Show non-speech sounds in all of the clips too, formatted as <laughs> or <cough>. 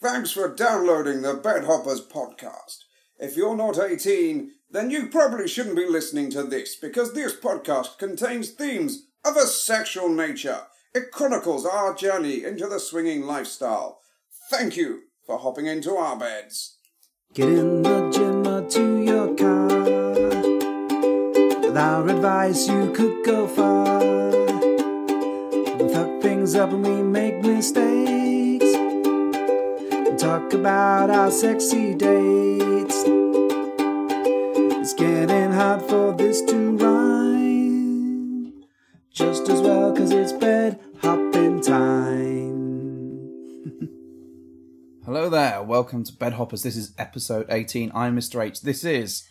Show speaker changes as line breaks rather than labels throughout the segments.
Thanks for downloading the Bed Hoppers podcast. If you're not 18, then you probably shouldn't be listening to this because this podcast contains themes of a sexual nature. It chronicles our journey into the swinging lifestyle. Thank you for hopping into our beds.
Get in the gym or to your car. With our advice, you could go far. We fuck things up and we make mistakes. We talk about our sexy dates. It's getting hard for this to rhyme. Just as well, cause it's bed hopping time.
Hello there, welcome to Bed Hoppers. This is episode 18. I'm Mr. H. This is.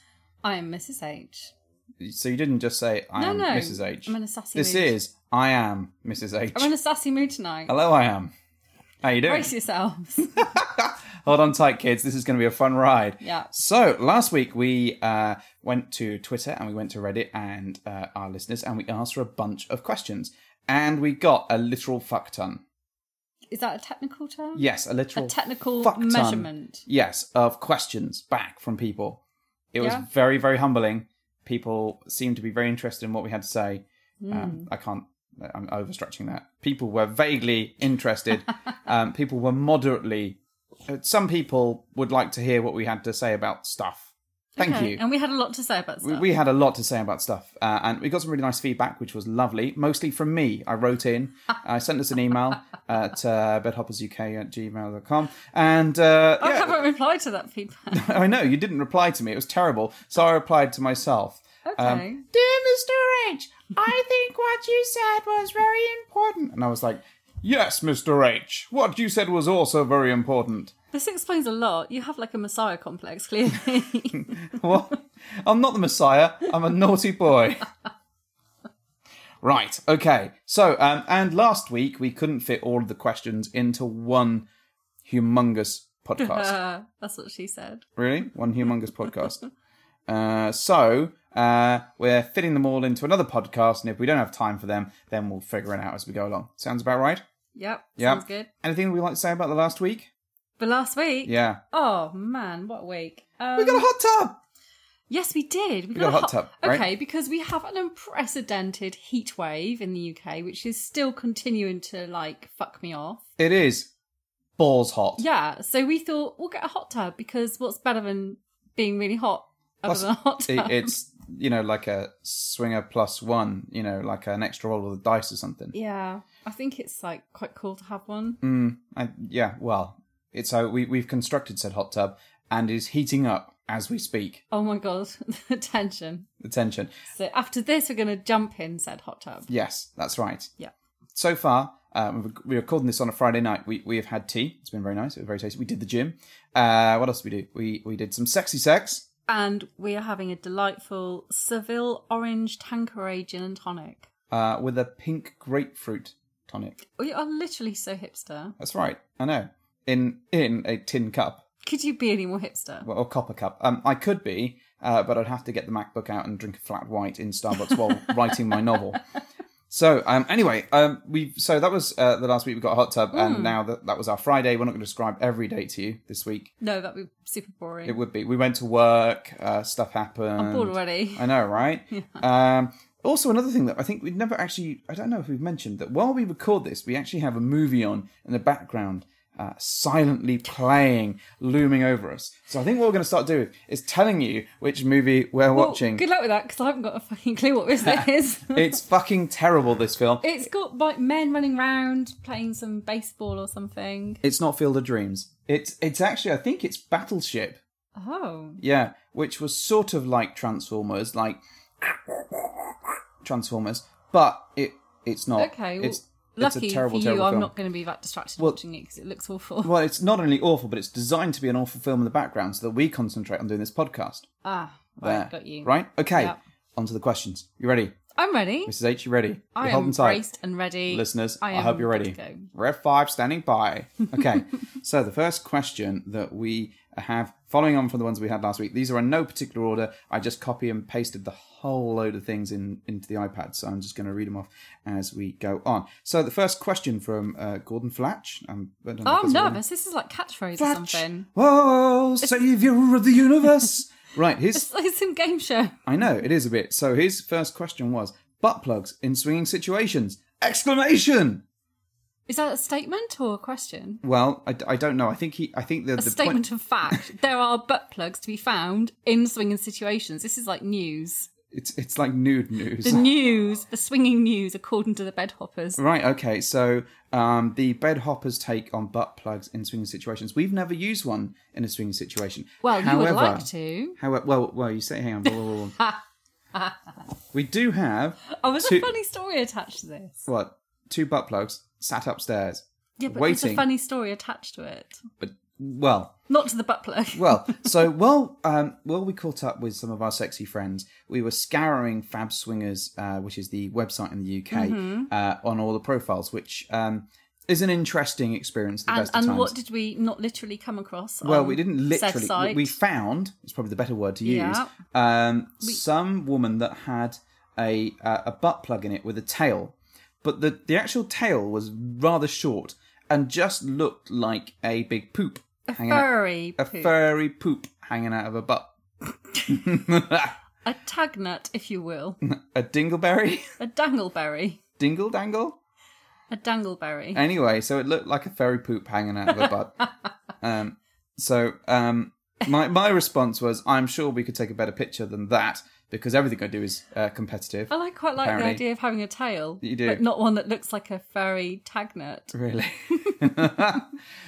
I'm Mrs. H.
So you didn't just say I
No,
am
no,
Mrs. H.
I'm in a sassy
This
mood.
is I am Mrs. H.
I'm in a sassy mood tonight.
Hello, I am. How you doing?
Brace yourselves. <laughs>
Hold on tight, kids. This is going to be a fun ride.
Yeah.
So last week we uh, went to Twitter and we went to Reddit and uh, our listeners and we asked for a bunch of questions and we got a literal fuck ton.
Is that a technical term?
Yes, a literal
A technical
fuck ton.
measurement.
Yes, of questions back from people. It
Yeah.
was very, very humbling. People seemed to be very interested in what we had to say.
Hmm.
Um, I can't. I'm overstretching that. People were vaguely
<laughs>
interested. um, people were moderately. uh, Some people would like to hear what we had to say about stuff. Thank
Okay,
you.
And we had a lot to say about
We,
stuff.
we had a lot to say about stuff, uh, and we got some really nice feedback, which was lovely. Mostly from me. I wrote in, I sent us an email uh, to bedhoppersuk at gmail.com, and uh,
I
yeah,
<laughs> haven't replied to that
<laughs>
feedback.
I know you didn't reply to me. It was terrible. So I replied to myself.
Okay.
Dear Mr. H, I think what you said was very important. And I was like, Yes, Mr. H, what you said was also very important.
this explains a lot. You have like a messiah complex, clearly. <laughs>
What? I'm not the Messiah. I'm a naughty boy. Right. Okay. So, um, and last week we couldn't fit all of the questions into one humongous podcast.
<laughs> Uh, that's what she said.
Really? One humongous podcast. Uh, so uh, we're fitting them all into another podcast, and if we don't have time for them, then we'll figure it out as we go along. Sounds about right.
Yep.
Yeah.
Sounds good.
Anything we like to say about the last week?
But last week.
Yeah.
Oh man, what a week. Um,
We got a hot tub.
Yes, we did. We
got a hot tub, right?
Okay, because we have an unprecedented heat wave in the UK, which is still continuing to like fuck me off.
It is balls hot.
Yeah, so we thought we'll get a hot tub because what's better than being really hot other
Plus,
than a hot
it-
<laughs> tub?
it's you know like a swinger plus one. You know, like an extra roll of the dice or something.
yeah, I think it's like quite cool to have one.
Mm, I, yeah. Well, it's so we we've constructed said hot tub and is heating up as we speak.
Oh my god, <laughs> the tension!
The tension.
So after this, we're going to jump in said hot tub.
Yes, that's right.
Yeah.
So far, um, we're recording this on a Friday night. We we have had tea. It's been very nice. It was very tasty. We did the gym. Uh, what else did we do? We we did some sexy sex.
And we are having a delightful Seville orange Tanqueray gin and tonic.
Uh, with a pink grapefruit tonic.
We are literally so hipster.
That's right. I know. In in a tin cup
Could you be any more hipster?
well, or copper cup. Um, I could be, uh, but I'd have to get the MacBook out and drink a flat white in Starbucks while writing my novel. So um, anyway, um, we so that was uh, the last week we got a hot tub, and now that that was our Friday. We're not going to describe every day to you this week.
No, that'd be super boring.
It would be. We went to work. Uh, stuff happened.
I'm bored already.
I know,
<laughs>
right? Um, also, another thing that I think we'd never actually—I don't know if we've mentioned—that while we record this, we actually have a movie on in the background, uh, silently playing, looming over us. So I think what we're going to start doing is telling you which movie we're
Well,
watching.
Good luck with that because I haven't got a fucking clue
<laughs>
what this is.
it's fucking terrible. This
<laughs>
film.
It's got like men running around playing some baseball or something.
It's not Field of Dreams. It's it's actually I think it's Battleship.
Oh,
Yeah, which was sort of like Transformers, like Transformers, but it it's not.
okay.
Oh,
Well,
it's,
lucky
it's a terrible,
for you,
terrible
I'm
film.
not going to be that distracted
Well-
watching it because it looks awful.
Well, it's not only awful, but it's designed to be an awful film in the background, so that we concentrate on doing this podcast.
ah,
There,
right, got you.
Right? Okay.
Yep.
On to the questions. You ready?
I'm ready.
Mrs. H, you ready?
I
You're
am
holding tight.
braced and ready.
Listeners,
I
I,
am
hope you're
good
ready.
to go.
Rev 5 standing by.
<laughs>
Okay, so the first question that we have, following on from the ones we had last week, these are in no particular order. I just copy and pasted the whole load of things in into the iPad, so I'm just going to read them off as we go on. So the first question from uh, Gordon Flatch. Um, I don't know
Oh,
if
I'm
that's a real-
nervous. This is like catchphrase or something.
Oh, savior of the
<laughs>
universe. right, his
It's like some game show.
I know it is a bit. So his first question was butt plugs in swinging situations. Exclamation!
Is that a statement or a question?
Well, I, I don't know. I think he. I think the,
A
the
statement
point. <laughs>
of fact. there are butt plugs to be found in swinging situations. This is like news.
It's it's like nude news.
The news, the swinging news, according to the bedhoppers.
<laughs> Right. Okay. So um, the bed hoppers take on butt plugs in swinging situations. We've never used one in a swinging situation.
Well, you
However-
would like to.
However, well, well, you say, hang on. whoa, whoa,
<laughs>
whoa. we do have
Oh, there's
Two-
a funny story attached to this.
what two butt plugs sat upstairs.
Yeah, but there's a
waiting.
funny story attached to it.
But well,
Not to the butt plug.
Well, so well, um, well, we caught up with some of our sexy friends. We were scouring Fab Swingers, uh, which is the website in the UK,
Mm-hmm.
uh, on all the profiles, which um, is an interesting experience. At the
<laughs> and
best of
and
times.
what did we not literally come across?
well,
on
we didn't
said
literally. we-
site?
We found it's probably the better word to use.
Yeah.
Um, some woman that had a uh, a butt plug in it with a tail, but the the actual tail was rather short and just looked like a big poop hanging out-
furry
a
poop.
furry poop hanging out of a butt.
a tag nut, if
<laughs>
you will,
a dingleberry? <laughs>
a dangleberry,
Dingle dangle?
a dangleberry.
Anyway, so it looked like a furry poop hanging out of a
<laughs>
butt. um, so um, my, my response was I'm sure we could take a better picture than that because everything I do is uh, competitive.
Well, I quite like
Apparently.
the idea of having a tail,
You do.
but not one that looks like a furry tag nut.
Really. <laughs>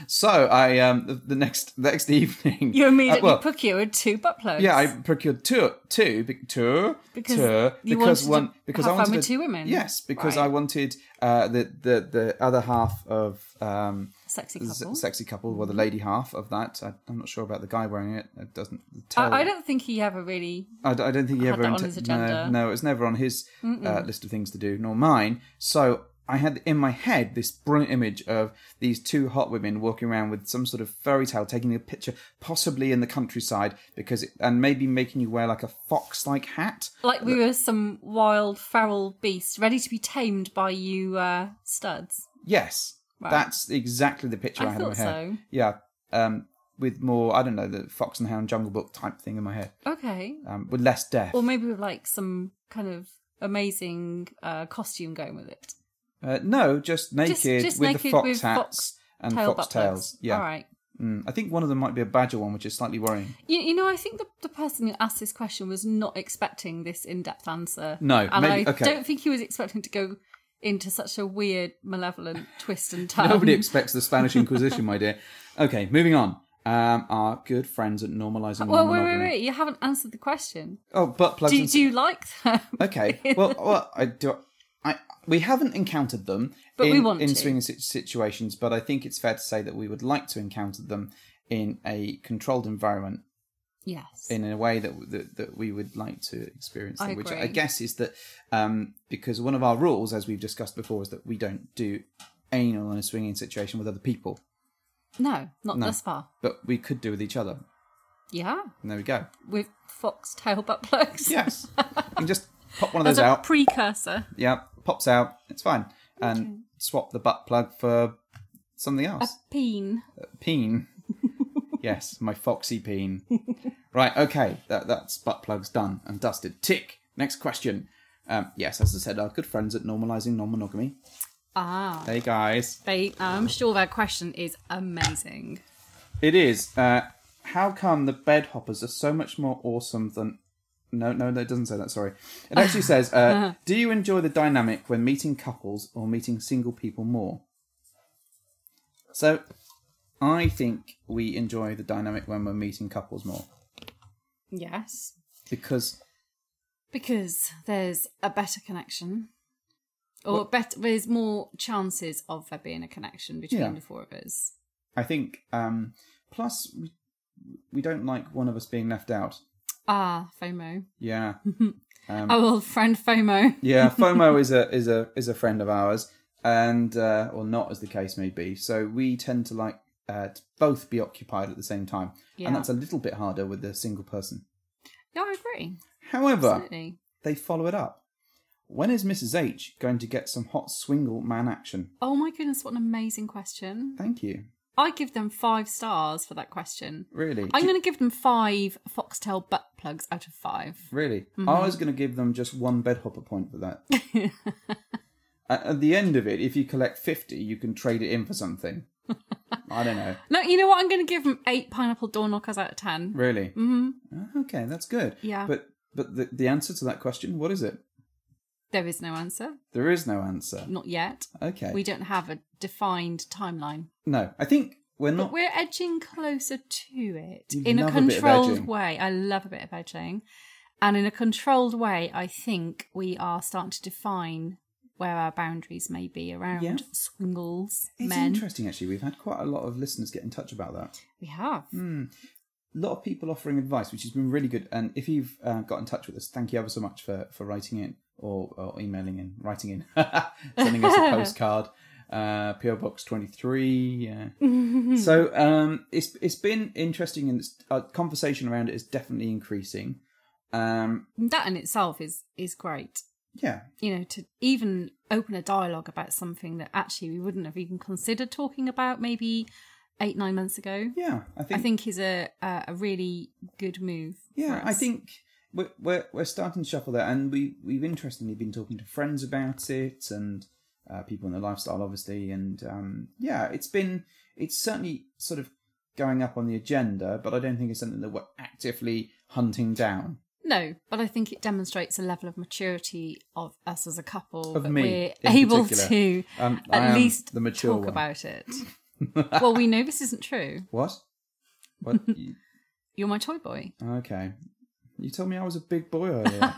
so I um the, the next next evening
You
uh,
immediately
well,
procured two butt plugs.
Yeah, I procured two, two, be- two,
Because
two,
you wanted
because
to
one, because
have
I
fun
wanted
with
a-
two women.
Yes, because
Right.
I wanted uh, the the the other half of um,
Sexy
s-
couple. Mm-hmm.
sexy couple, well, the lady half of that. I, I'm not sure about the guy wearing it. It doesn't tell.
I, I don't think he ever really.
I, d- I don't think he
had
ever
that on
inte-
his agenda.
No, no, it was never on his uh, list of things to do, nor mine. So I had in my head this brilliant image of these two hot women walking around with some sort of fairy tale, taking a picture, possibly in the countryside, because it, and maybe making you wear like a fox-like hat.
Like we were some wild feral beast ready to be tamed by you uh, studs.
Yes,
Right.
that's exactly the picture I,
I
had in my
thought
head.
so.
Yeah, um, with more, I don't know, the Fox and Hound Jungle Book type thing in my head,
Okay.
um, with less death.
Or maybe with like some kind of amazing uh, costume going with it.
Uh, no, just naked with
just
the
naked
fox
with
hats
fox
and
Tail
fox
butt plugs.
tails. Mm, Yeah.
All right.
Mm, I think one of them might be a badger one, which is slightly
<laughs>
worrying.
You, you know, I think the, the person who asked this question was not expecting this in depth answer.
No,
and
maybe-
I
okay.
don't think he was expecting to go into such a weird, malevolent twist and
<laughs>
turn.
Nobody expects the Spanish Inquisition, my dear. Okay, moving on. Um, our good friends at Normalizing
well, wait, wait,
Non-Monogamy.
wait! You haven't answered the question.
Oh, butt plugs.
Do you,
and-
do you like them?
Okay. Well, well, I do. I we haven't encountered them,
But
in,
we want
in
to.
swinging sit- situations. But I think it's fair to say that we would like to encounter them in a controlled environment,
<laughs> yes.
in a way that that, that we would like to experience them.
I
Which I
agree.
guess is that um, because one of our rules, as we've discussed before, is that we don't do anal in a swinging situation with other people,
no, not
No.
thus far.
but we could do with each other.
Yeah,
And there we go.
with fox tail butt plugs.
Yes, you can just pop one of
As
those
a
out.
precursor.
Yeah, pops out. It's fine. And swap the butt plug for something else.
Peen.
peen. yes, my foxy peen. right, okay. That, that's butt plug's done and dusted. Tick. Next question. Um, yes, as I said, our good friends at Normalizing Non Monogamy.
Ah.
Hey, guys.
They, I'm sure that question is amazing.
It is. Uh, how come the bed hoppers are so much more awesome than. No, no, that doesn't say that. Sorry. It actually says, uh, "Do you enjoy the dynamic when meeting couples or meeting single people more?" So, I think we enjoy the dynamic when we're meeting couples more
Yes.
because
Because there's a better connection, or bet- there's more chances of there being a connection between
Yeah.
the four of us.
I think um, plus we, we don't like one of us being left out.
Ah, FOMO.
Yeah,
Our old friend FOMO. <laughs>
Yeah, FOMO is a is a is a friend of ours, and uh, or not as the case may be. So we tend to like uh, to both be occupied at the same time,
Yeah.
and that's a little bit harder with a single person.
Yeah, I agree.
However,
Absolutely.
they follow it up. When is Mrs H going to get some hot swingle man action?
Oh my goodness, what an amazing question.
Thank you.
I give them five stars for that question.
Really,
I'm going to give them five foxtail butt plugs out of five.
Really?
Mm-hmm.
I was going to give them just one bed hopper point for
<laughs>
that. at, at the end of it, if you collect 50, you can trade it in for something. I don't know.
No, you know what? I'm going to give them eight pineapple door knockers out of ten.
Really? Mm-hmm. Okay, that's good.
Yeah.
But but the, the answer to that question, what is it?
There is no answer.
There is no answer.
Not yet.
Okay.
We don't have a defined timeline.
no, I think we're
But
not.
we're edging closer to it
You
in a
love a bit of
controlled
edging.
way. I love a bit of edging. And in a controlled way, I think we are starting to define where our boundaries may be around
Yeah.
swingles,
It's
men.
interesting, actually. We've had quite a lot of listeners get in touch about that.
We have.
Mm. a lot of people offering advice, which has been really good. And if you've uh, got in touch with us, thank you ever so much for, for writing in or, or emailing in, writing in, <laughs> sending us a postcard, uh, PO Box 23. Yeah. so um, it's it's been interesting, and it's, uh, conversation around it is definitely increasing. Um,
That in itself is is great.
yeah,
You know, to even open a dialogue about something that actually we wouldn't have even considered talking about maybe eight, nine months ago.
yeah,
I think is a a a really good move.
Yeah,
for
I
us.
think we're, we're we're starting to shuffle that, and we we've interestingly been talking to friends about it and uh, people in the lifestyle, obviously, and um, yeah, it's been it's certainly sort of going up on the agenda, but I don't think it's something that we're actively hunting down.
No, but I think it demonstrates a level of maturity of us as a couple
Of
that
me,
we're
in
able
particular.
to
Um, I
at
am
least
the mature
talk
one.
about it.
<laughs>
well, we know this isn't true.
What?
<laughs>
What? You-
You're my toy boy.
okay, you told me I was a big boy earlier.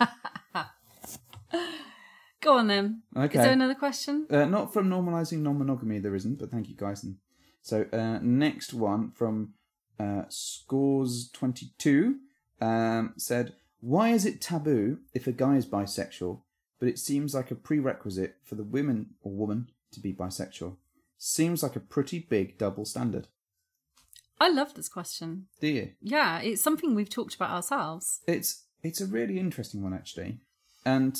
Go on then.
Okay.
Is there another question?
Uh, not from normalizing non-monogamy, there isn't. But thank you, guys. And so uh, next one from uh, Scores Twenty Two um, said, "Why is it taboo if a guy is bisexual, but it seems like a prerequisite for the women or woman to be bisexual? Seems like a pretty big double standard."
I love this question.
Do you?
Yeah, it's something we've talked about ourselves.
It's it's a really interesting one actually, and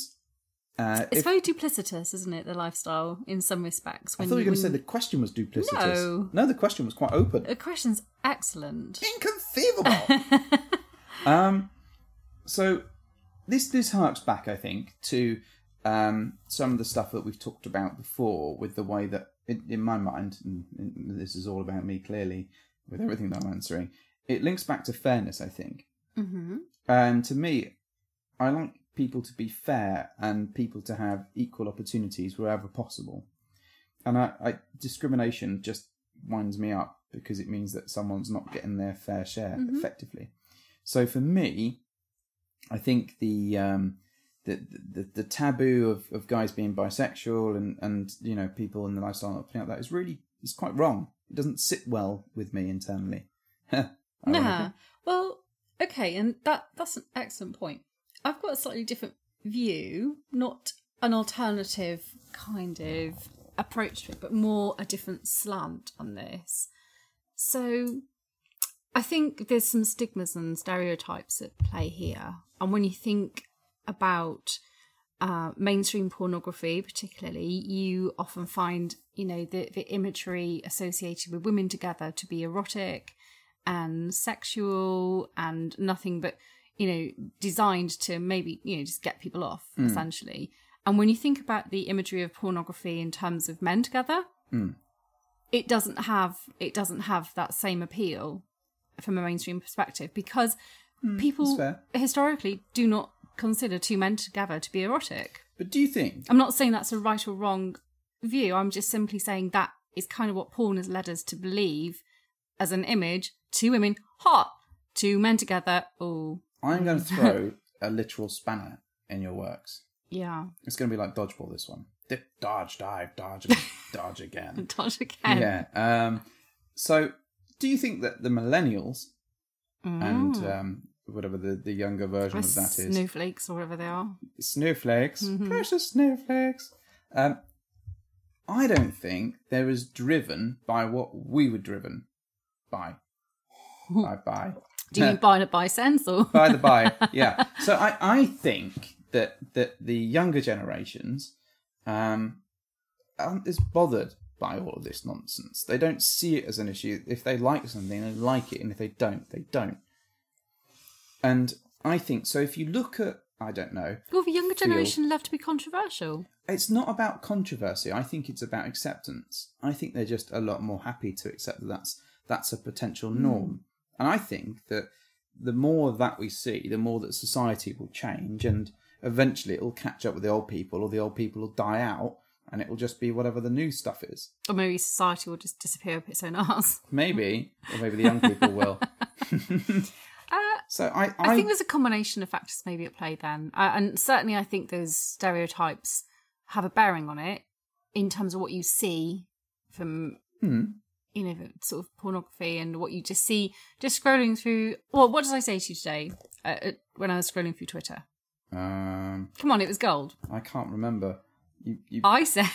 uh,
It's
if-
very duplicitous, isn't it? The lifestyle in some respects.
I thought you were going to say
when-
the question was duplicitous.
No.
no, the question was quite open.
the question's excellent.
inconceivable. um, so this this harks back, I think, to um, some of the stuff that we've talked about before, with the way that, in, in my mind, and, and this is all about me clearly, with everything that I'm answering, it links back to fairness, I think.
hmm
And to me, I like people to be fair and people to have equal opportunities wherever possible. And I, I discrimination just winds me up because it means that someone's not getting their fair share effectively. So for me, I think the um, the, the the taboo of, of guys being bisexual and, and you know people in the lifestyle not putting up that is really is quite wrong. It doesn't sit well with me internally.
Nah. Well, okay, and that that's an excellent point. I've got a slightly different view, not an alternative kind of approach to it, but more a different slant on this. So I think there's some stigmas and stereotypes at play here. And when you think about uh, mainstream pornography, particularly, you often find, you know, the, the imagery associated with women together to be erotic and sexual and nothing but, you know, designed to maybe, you know, just get people off, essentially. And when you think about the imagery of pornography in terms of men together, it doesn't have it doesn't have that same appeal from a mainstream perspective because people
that's
historically do not consider two men together to be erotic.
But do you think
I'm not saying that's a right or wrong view. I'm just simply saying that is kind of what porn has led us to believe as an image. Two women, hot. Two men together. Oh,
I'm going to throw a literal spanner in your works.
yeah. <laughs>
It's going to be like dodgeball. This one, dip, dodge, dive, dodge, and dodge again.
Dodge again.
yeah.
Mm.
Um, so, do you think that the millennials and um, whatever the, the younger version of that is.
Snowflakes or whatever they are.
snowflakes,
Mm-hmm.
precious snowflakes. Um, I don't think they're as driven by what we were driven
<laughs>
by. by, by.
Do you mean buying a by sense
<laughs>
or?
by the by, yeah. So I, I think that that the younger generations um, aren't as bothered by all of this nonsense. They don't see it as an issue. If they like something, they like it, and if they don't, they don't. And I think so. If you look at, I don't know,
Well, the younger
Feel.
generation love to be controversial.
it's not about controversy. I think it's about acceptance. I think they're just a lot more happy to accept that that's that's a potential norm. And I think that the more that we see, the more that society will change, and eventually it'll catch up with the old people, or the old people will die out, and it will just be whatever the new stuff is.
Or maybe society will just disappear up its own arse.
Maybe, or maybe the young people will. <laughs> so I, I,
I, think there's a combination of factors maybe at play then. Uh, and certainly, I think those stereotypes have a bearing on it in terms of what you see from, you know, the sort of pornography and what you just see just scrolling through. Well, what did I say to you today uh, uh, when I was scrolling through Twitter?
um,
Come on, it was gold.
I can't remember. You, you,
I <laughs> said,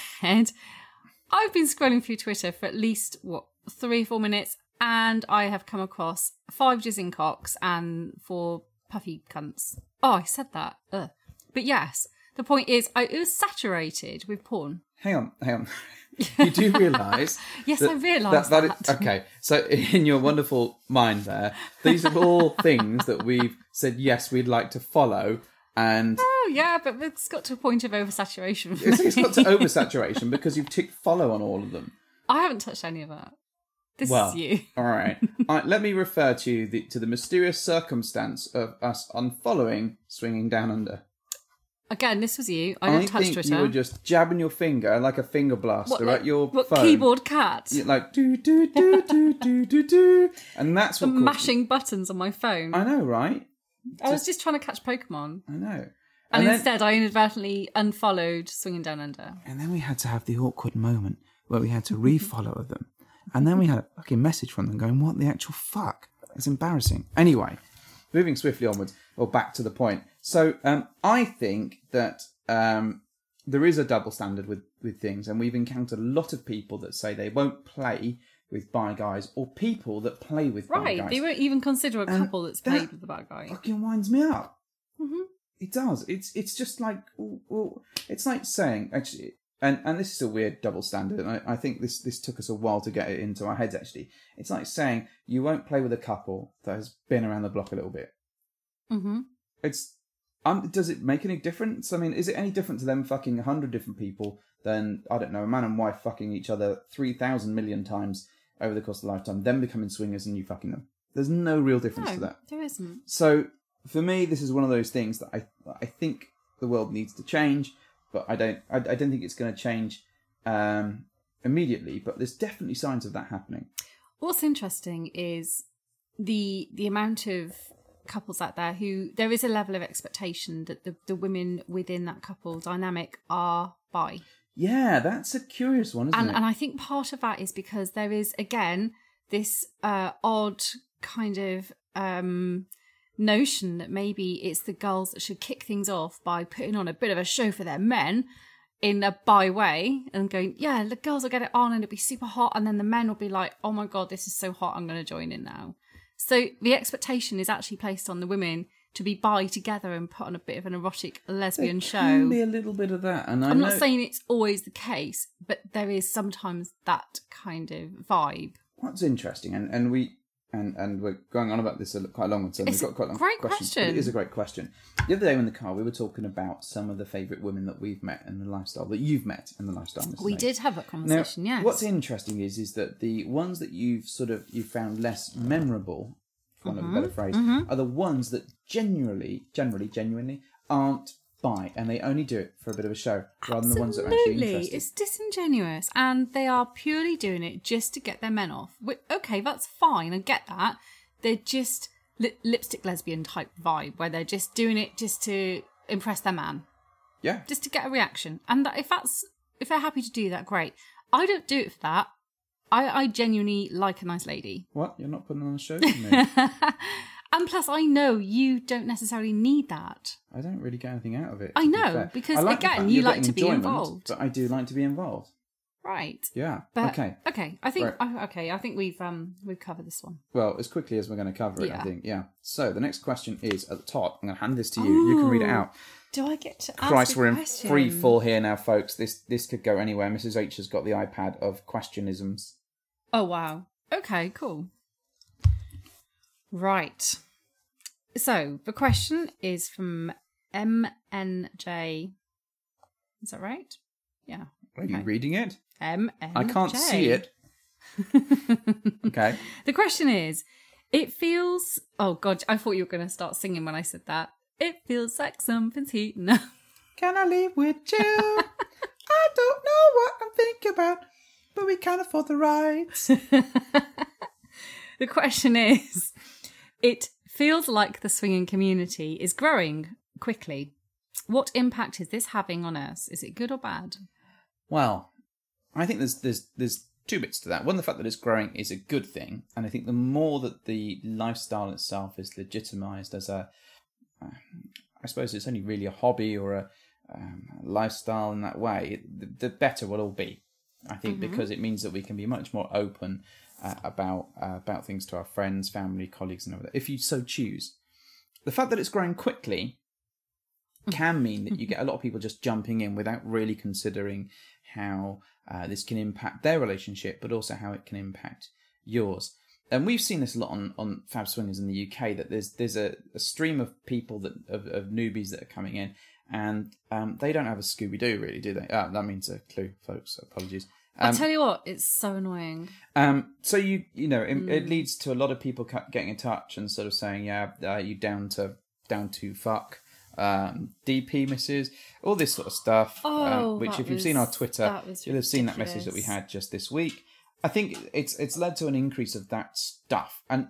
I've been scrolling through Twitter for at least, what, three, four minutes, and I have come across five jizzing cocks and four puffy cunts. Oh, I said that. Ugh. But yes, the point is, I it was saturated with porn.
Hang on, hang on. <laughs> You do realise?
<laughs> Yes, I realised
is- okay, so in your wonderful mind, there, these are
<laughs>
all things that we've said yes, we'd like to follow, and
Oh, yeah, but it's got to a point of oversaturation. For
it's, it's
me.
got to oversaturation because you've ticked follow on all of them.
<laughs> I haven't touched any of that. This
Well,
is you.
all
<laughs>
right. All right, Let me refer to you the, to the mysterious circumstance of us unfollowing swinging down under.
Again, this was you. I didn't touch
think
Twitter.
you were just jabbing your finger like a finger blaster
what,
at your
what
phone.
keyboard cat?
You're like do do do do do do do, and that's what
I'm
caused-
mashing buttons on my phone.
I know, right?
I was just trying to catch Pokemon.
I know.
And,
then,
instead, I inadvertently unfollowed Swinging Down Under.
and then we had to have the awkward moment where we had
Mm-hmm.
to re-follow them, and then we had a fucking message from them going, "What the actual fuck?" It's embarrassing. Anyway, moving swiftly onwards or back to the point. So um, I think that um, there is a double standard with with things, and we've encountered a lot of people that say they won't play with bi guys or people that play with bi
Right,
guys.
they won't even consider a
And
couple that's
that
played with the bad guy. Mm-hmm,
Fucking winds me up.
Oh.
It does. It's it's just like ooh, ooh. it's like saying actually, and and this is a weird double standard. And I, I think this this took us a while to get it into our heads. Actually, it's like saying you won't play with a couple that has been around the block a little bit.
Mm-hmm.
It's um, does it make any difference? I mean, is it any different to them fucking a hundred different people than I don't know a man and wife fucking each other three thousand million times over the course of a lifetime, them becoming swingers and you fucking them? There's no real difference to
No,
that.
there isn't.
So for me, this is one of those things that I I think the world needs to change, but I don't I, I don't think it's going to change um, immediately. But there's definitely signs of that happening.
What's interesting is the the amount of couples out there who there is a level of expectation that the, the women within that couple dynamic are bi.
Yeah, that's a curious one, isn't
and
it?
and I think part of that is because there is again this uh, odd kind of um, notion that maybe it's the girls that should kick things off by putting on a bit of a show for their men in a by way and going, yeah, the girls will get it on and it'll be super hot, and then the men will be like, oh my god, this is so hot, I'm going to join in now. So the expectation is actually placed on the women to be by together and put on a bit of an erotic
There
lesbian show.
can be a little bit of that, and I
I'm
know,
not saying it's always the case, but there is sometimes that kind of vibe.
what's interesting, and, and we and and we're going on about this a, quite long one, so
It's
we've
a
got quite a long
great
question.
question.
It is a great question. The other day in the car, we were talking about some of the favourite women that we've met and the lifestyle that you've met and the lifestyle. Mrs.
We
Nate.
did have that
Now,
conversation, yes.
what's interesting is is that the ones that you've sort of you found less memorable, for want of
Mm-hmm,
a better phrase, are the ones that generally, generally, genuinely aren't by, and they only do it for a bit of a show, rather than the ones that are actually
Absolutely,
interested.
it's disingenuous, and they are purely doing it just to get their men off. Wh- Okay, that's fine, I get that. They're just li- lipstick lesbian type vibe where they're just doing it just to impress their man,
Yeah,
just to get a reaction. And that, if that's if they're happy to do that, great. I don't do it for that. I, I genuinely like a nice lady.
what you're not putting on a show for me?
<laughs> And plus, I know you don't necessarily need that.
I don't really get anything out of it. to
I
be
know,
fair.
because,
I like the
again,
fact
you
you're
like
getting
to be
enjoyment,
involved.
But I do like to be involved.
Right.
Yeah.
But,
okay.
Okay. I think
Right.
I okay. I think we've um we've covered this one.
Well, as quickly as we're going to cover it, I
Yeah.
think. Yeah. So the next question is at the top. I'm going to hand this to you. You can read it
Ooh.
out.
Do I get to ask
Christ,
a
we're in
question?
free fall here now, folks. This this could go anywhere. Mrs H has got the iPad of questionisms.
Oh wow. Okay, cool. Right. So the question is from MNJ. Is that right? Yeah.
Are you
Okay.
reading it?
MNJ.
I can't see
<laughs>
it. <laughs> Okay.
The question is, it feels. Oh God, I thought you were going to start singing when I said that. It feels like something's heating up. <laughs>
Can I live with you? <laughs> I don't know what I'm thinking about, but we can't afford the rights.
The question is, it feels like the swinging community is growing quickly. What impact is this having on us? Is it good or bad?
Well, I think there's there's there's two bits to that. One, the fact that it's growing is a good thing, and I think the more that the lifestyle itself is legitimised as a, uh, I suppose it's only really a hobby or a um, lifestyle in that way, the, the better we'll all be. I think because it means that we can be much more open uh, about uh, about things to our friends, family, colleagues, and all that, if you so choose. The fact that it's growing quickly can mean that you get a lot of people just jumping in without really considering how uh, this can impact their relationship, but also how it can impact yours. And we've seen this a lot on, on Fab Swingers in the UK that there's there's a, a stream of people that of, of newbies that are coming in, and um, they don't have a Scooby Doo really, do they? Oh, that means a clue, folks. Apologies.
I
Um,
tell you what, it's so annoying.
um, so you you know it,
Mm.
it leads to a lot of people cu- getting in touch and sort of saying yeah uh, you down to down to fuck um, DP misses all this sort of stuff.
Oh,
um, which
that
if you've seen our
was-
Twitter,
that was
you'll have seen that message that we
ridiculous.
had just this week. I think it's it's led to an increase of that stuff, and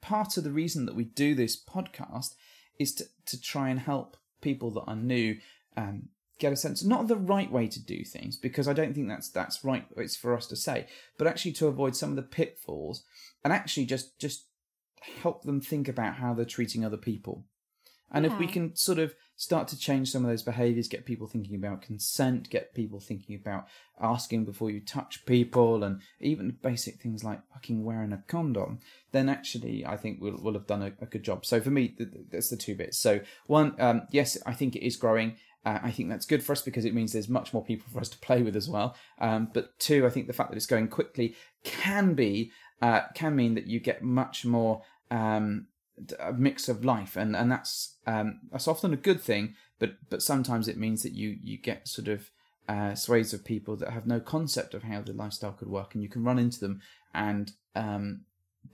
part of the reason that we do this podcast is to, to try and help people that are new um, get a sense not of the right way to do things because I don't think that's that's right it's for us to say but actually to avoid some of the pitfalls and actually just just help them think about how they're treating other people and if we
Yeah.
can sort of start to change some of those behaviors get people thinking about consent get people thinking about asking before you touch people and even basic things like fucking wearing a condom then actually I think we'll, we'll have done a, a good job. So for me, th- th- that's the two bits. So one, um, yes, I think it is growing. Uh, I think that's good for us because it means there's much more people for us to play with as well. Um, but two, I think the fact that it's going quickly can be uh, can mean that you get much more um, d- a mix of life, and and that's um, that's often a good thing. But but sometimes it means that you you get sort of uh, swathes of people that have no concept of how the lifestyle could work, and you can run into them and um,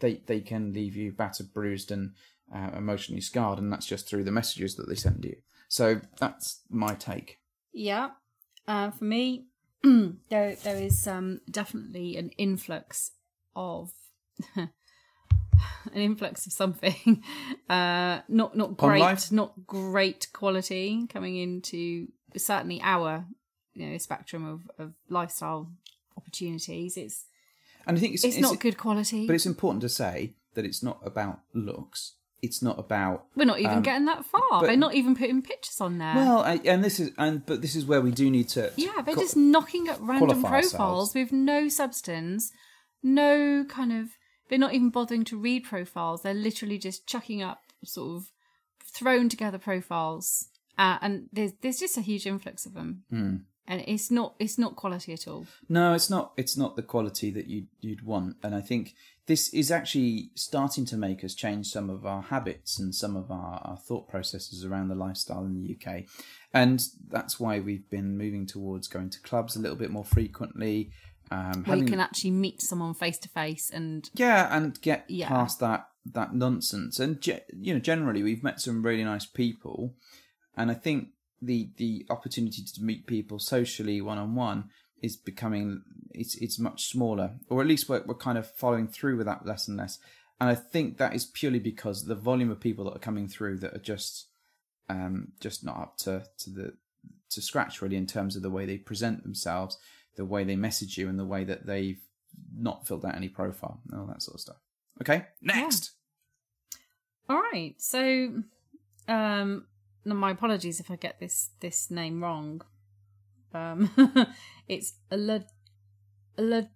they they can leave you battered, bruised, and uh, emotionally scarred, and that's just through the messages that they send you. So that's my take.
Yeah. Uh, for me, <clears throat> there there is um, definitely an influx of <laughs> an influx of something. <laughs> Uh, not not
Pond
great,
life?
not great quality coming into certainly our you know spectrum of, of lifestyle opportunities. It's
And I think it's,
it's, not good quality.
but it's important to say that it's not about looks. It's not about
We're not even
um,
getting that far.
but-
They're not even putting pictures on there.
well, I, and this is and but this is where we do need to. to
Yeah, they're
co-
just knocking at random
qualify
profiles
ourselves.
with no substance, no kind of. They're not even bothering to read profiles. They're literally just chucking up sort of thrown together profiles, uh, and there's there's just a huge influx of them, and it's not it's not quality at all.
No, it's not. It's not the quality that you you'd want, and I think this is actually starting to make us change some of our habits and some of our, our thought processes around the lifestyle in the UK, and that's why we've been moving towards going to clubs a little bit more frequently. Um,
Where you
having-
can actually meet someone face to face, and
yeah, and get
Yeah.
past that that nonsense. And ge- you know, generally, we've met some really nice people, and I think the the opportunity to meet people socially, one on one, is becoming it's it's much smaller, or at least we're we're kind of following through with that less and less. And I think that is purely because the volume of people that are coming through that are just um, just not up to to the to scratch really in terms of the way they present themselves, the way they message you, and the way that they've not filled out any profile and all that sort of stuff. Okay, next.
All right. So, um, no, my apologies if I get this this name wrong. Um, <laughs> it's Lud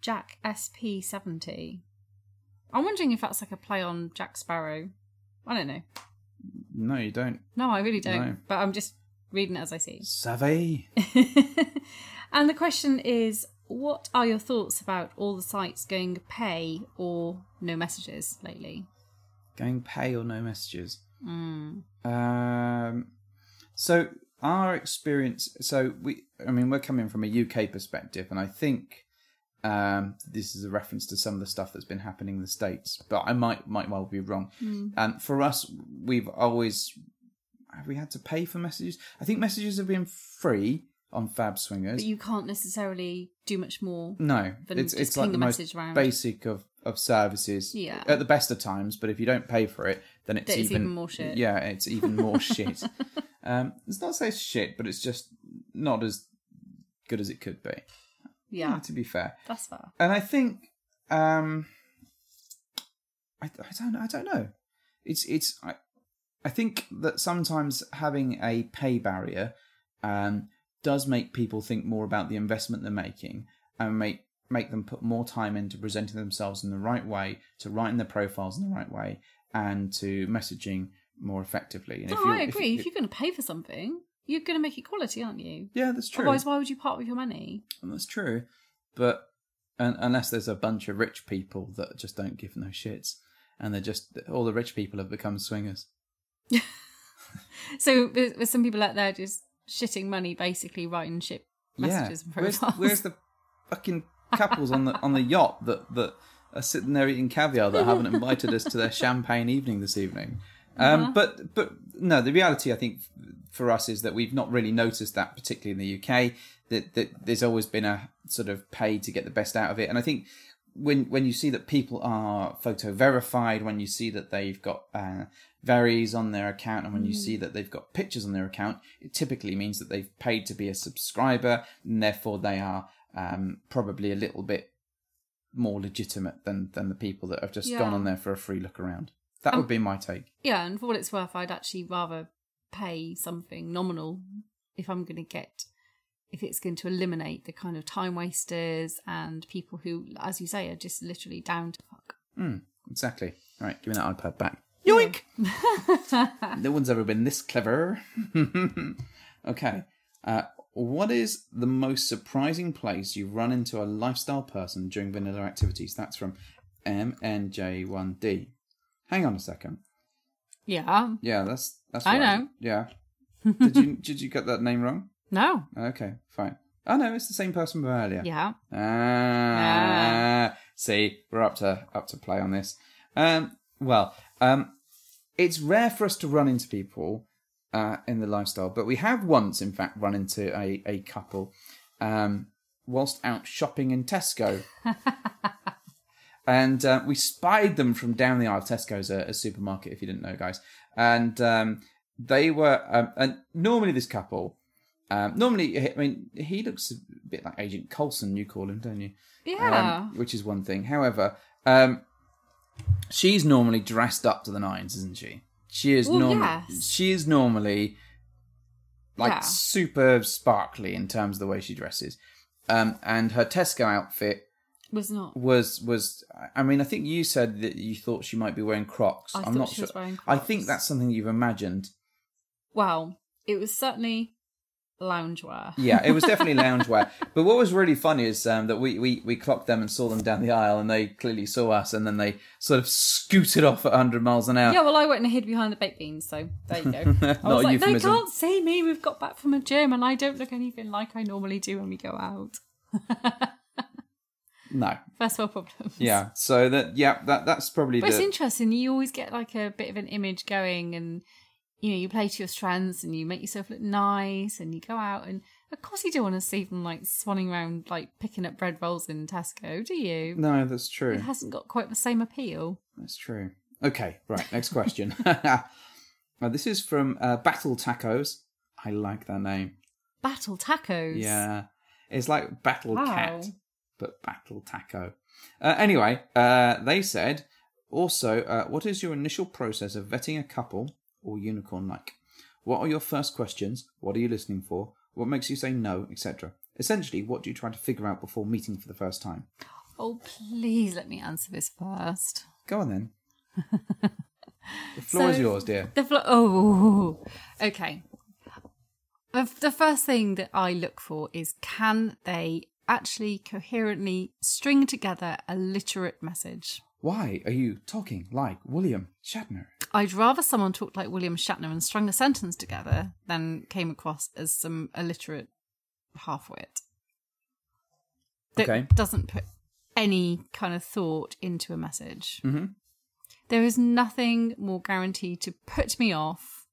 Jack SP seventy. I'm wondering if that's like a play on Jack Sparrow. I don't know.
No, you don't.
No, I really don't.
No.
But I'm just reading it as I see. <laughs>
Savvy.
and the question is what are your thoughts about all the sites going pay or no messages lately?
Going pay or no messages. Um, so our experience. So we. I mean, we're coming from a UK perspective, and I think um, this is a reference to some of the stuff that's been happening in the states. But I might might well be wrong. Um, for us, we've always have we had to pay for messages. I think messages have been free on Fab Swingers.
But you can't necessarily do much more.
No,
than
it's
just
it's like
ping
the
a
most
message round.
basic of of services.
Yeah.
At the best of times, but if you don't pay for it, then it's,
Then it's
even,
even more shit.
Yeah, it's even
<laughs>
more shit. Um, it's not say shit, but it's just not as good as it could be.
Yeah,
To be fair,
that's fair.
and I think um, I, I don't I don't know. It's it's I, I think that sometimes having a pay barrier um, does make people think more about the investment they're making and make make them put more time into presenting themselves in the right way, to writing their profiles in the right way, and to messaging more effectively. And
No,
you're-
Oh, I agree. If,
you-
you're going to pay for something, you're going to make it quality, aren't you?
yeah, that's true.
Otherwise, why would you part with your money?
And that's true. But un unless there's a bunch of rich people that just don't give no shits, and they're just all the rich people have become swingers.
So there's, there's some people out there just shitting money, basically writing shit messages and
yeah. Where's,
profiles.
where's the fucking couples on the on the yacht that that are sitting there eating caviar that haven't invited us to their champagne evening this evening? Um, But but no, the reality I think for us is that we've not really noticed that, particularly in the UK. That, that there's always been a sort of pay to get the best out of it, and I think when when you see that people are photo verified, when you see that they've got uh, varies on their account, and when you see that they've got pictures on their account, it typically means that they've paid to be a subscriber, and therefore they are um, probably a little bit more legitimate than than the people that have just
Yeah. Um,
gone on there for a free look around. That would be my take.
<laughs> Yeah, and for what it's worth, I'd actually rather pay something nominal if I'm going to get, if it's going to eliminate the kind of time wasters and people who, as you say, are just literally down to fuck.
Exactly. All right, give me that iPad back. Yoink!
<laughs>
no one's ever been this clever. <laughs> okay. Uh, what is the most surprising place you run into a lifestyle person during vanilla activities? That's from MNJ1D. Hang on a second.
Yeah.
Yeah, that's that's.
I
right.
know. <laughs>
Yeah. did you did you get that name wrong?
No.
Okay, fine. Oh no, it's the same person from earlier.
Yeah.
Ah, see, we're up to up to play on this. Um, well, um, it's rare for us to run into people uh, in the lifestyle, but we have once, in fact, run into a a couple um, whilst out shopping in Tesco. And uh, we spied them from down the aisle. Tesco's a, a supermarket, if you didn't know, guys. And um, they were, um, and normally this couple, um, normally, I mean, he looks a bit like Agent Coulson. You call him, don't you?
Yeah.
Um, which is one thing. However, um, she's normally dressed up to the nines, isn't she? She is
Well,
normally
yes.
she is normally like
Yeah.
super sparkly in terms of the way she dresses. Um, and her Tesco outfit
was not.
was was I mean I think you said that you thought she might be wearing Crocs.
I
am
thought
not
she
sure.
was wearing
I think
Crocs.
that's something you've imagined.
Well, it was certainly loungewear.
Yeah, it was definitely loungewear. But what was really funny is um, that we, we, we clocked them and saw them down the aisle, and they clearly saw us, and then they sort of scooted off at 100 miles an hour.
Yeah, well, I went and hid behind the baked beans, so there
<laughs>
you go. I
Uh, Not a
was like, they
euphemism.
can't see me. We've got back from a gym, and I don't look anything like I normally do when we go out.
No.
First world problems.
Yeah. So that yeah that that's probably
But it's
the
interesting. You always get like a bit of an image going, and you know you play to your strengths, and you make yourself look nice, and you go out, and of course you don't want to see them like swanning around, like picking up bread rolls in Tesco, do you?
no that's Mm, true
It hasn't got quite the same appeal.
that's true. Okay. Right. Next question. <laughs> Now, this is from uh, Battle Tacos. I like that name.
Battle tacos.
Yeah. It's like Battle
Wow.
Cat, but Battle Taco. Uh, anyway, uh, they said, Also, uh, what is your initial process of vetting a couple or unicorn like? What are your first questions? What are you listening for? What makes you say no, etc.? Essentially, what do you try to figure out before meeting for the first time?
Oh, please let me answer this first.
Go on
<laughs>
then. the floor is
So-
yours, dear.
The fl- oh, okay. The, the first thing that I look for is can they actually coherently string together a literate message?
Why are you talking like William Shatner?
I'd rather someone talked like William Shatner and strung a sentence together than came across as some illiterate halfwit that
Okay.
doesn't put any kind of thought into a message.
Mhm.
There is nothing more guaranteed to put me off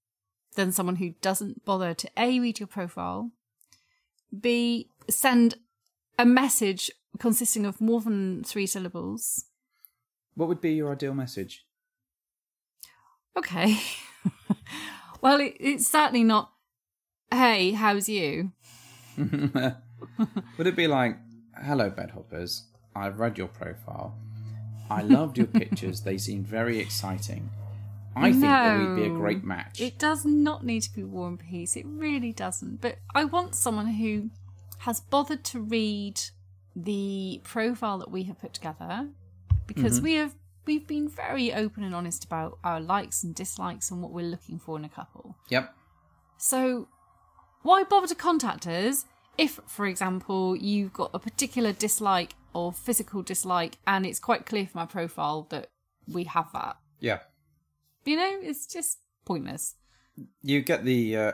than someone who doesn't bother to a read your profile, b send a message consisting of more than three syllables.
What would be your ideal message?
Okay. <laughs> well, it, it's certainly not, hey, how's you?
would it be like, hello, bedhoppers? I've read your profile. I loved your pictures. They seemed very exciting. I think that we'd be a
No.
great match.
It does not need to be War and Peace. It really doesn't. But I want someone who has bothered to read the profile that we have put together because we have we've been very open and honest about our likes and dislikes and what we're looking for in a couple.
Yep.
So, why bother to contact us if, for example, you've got a particular dislike or physical dislike and it's quite clear from our profile that we have that?
Yeah.
You know, it's just pointless.
You get the uh,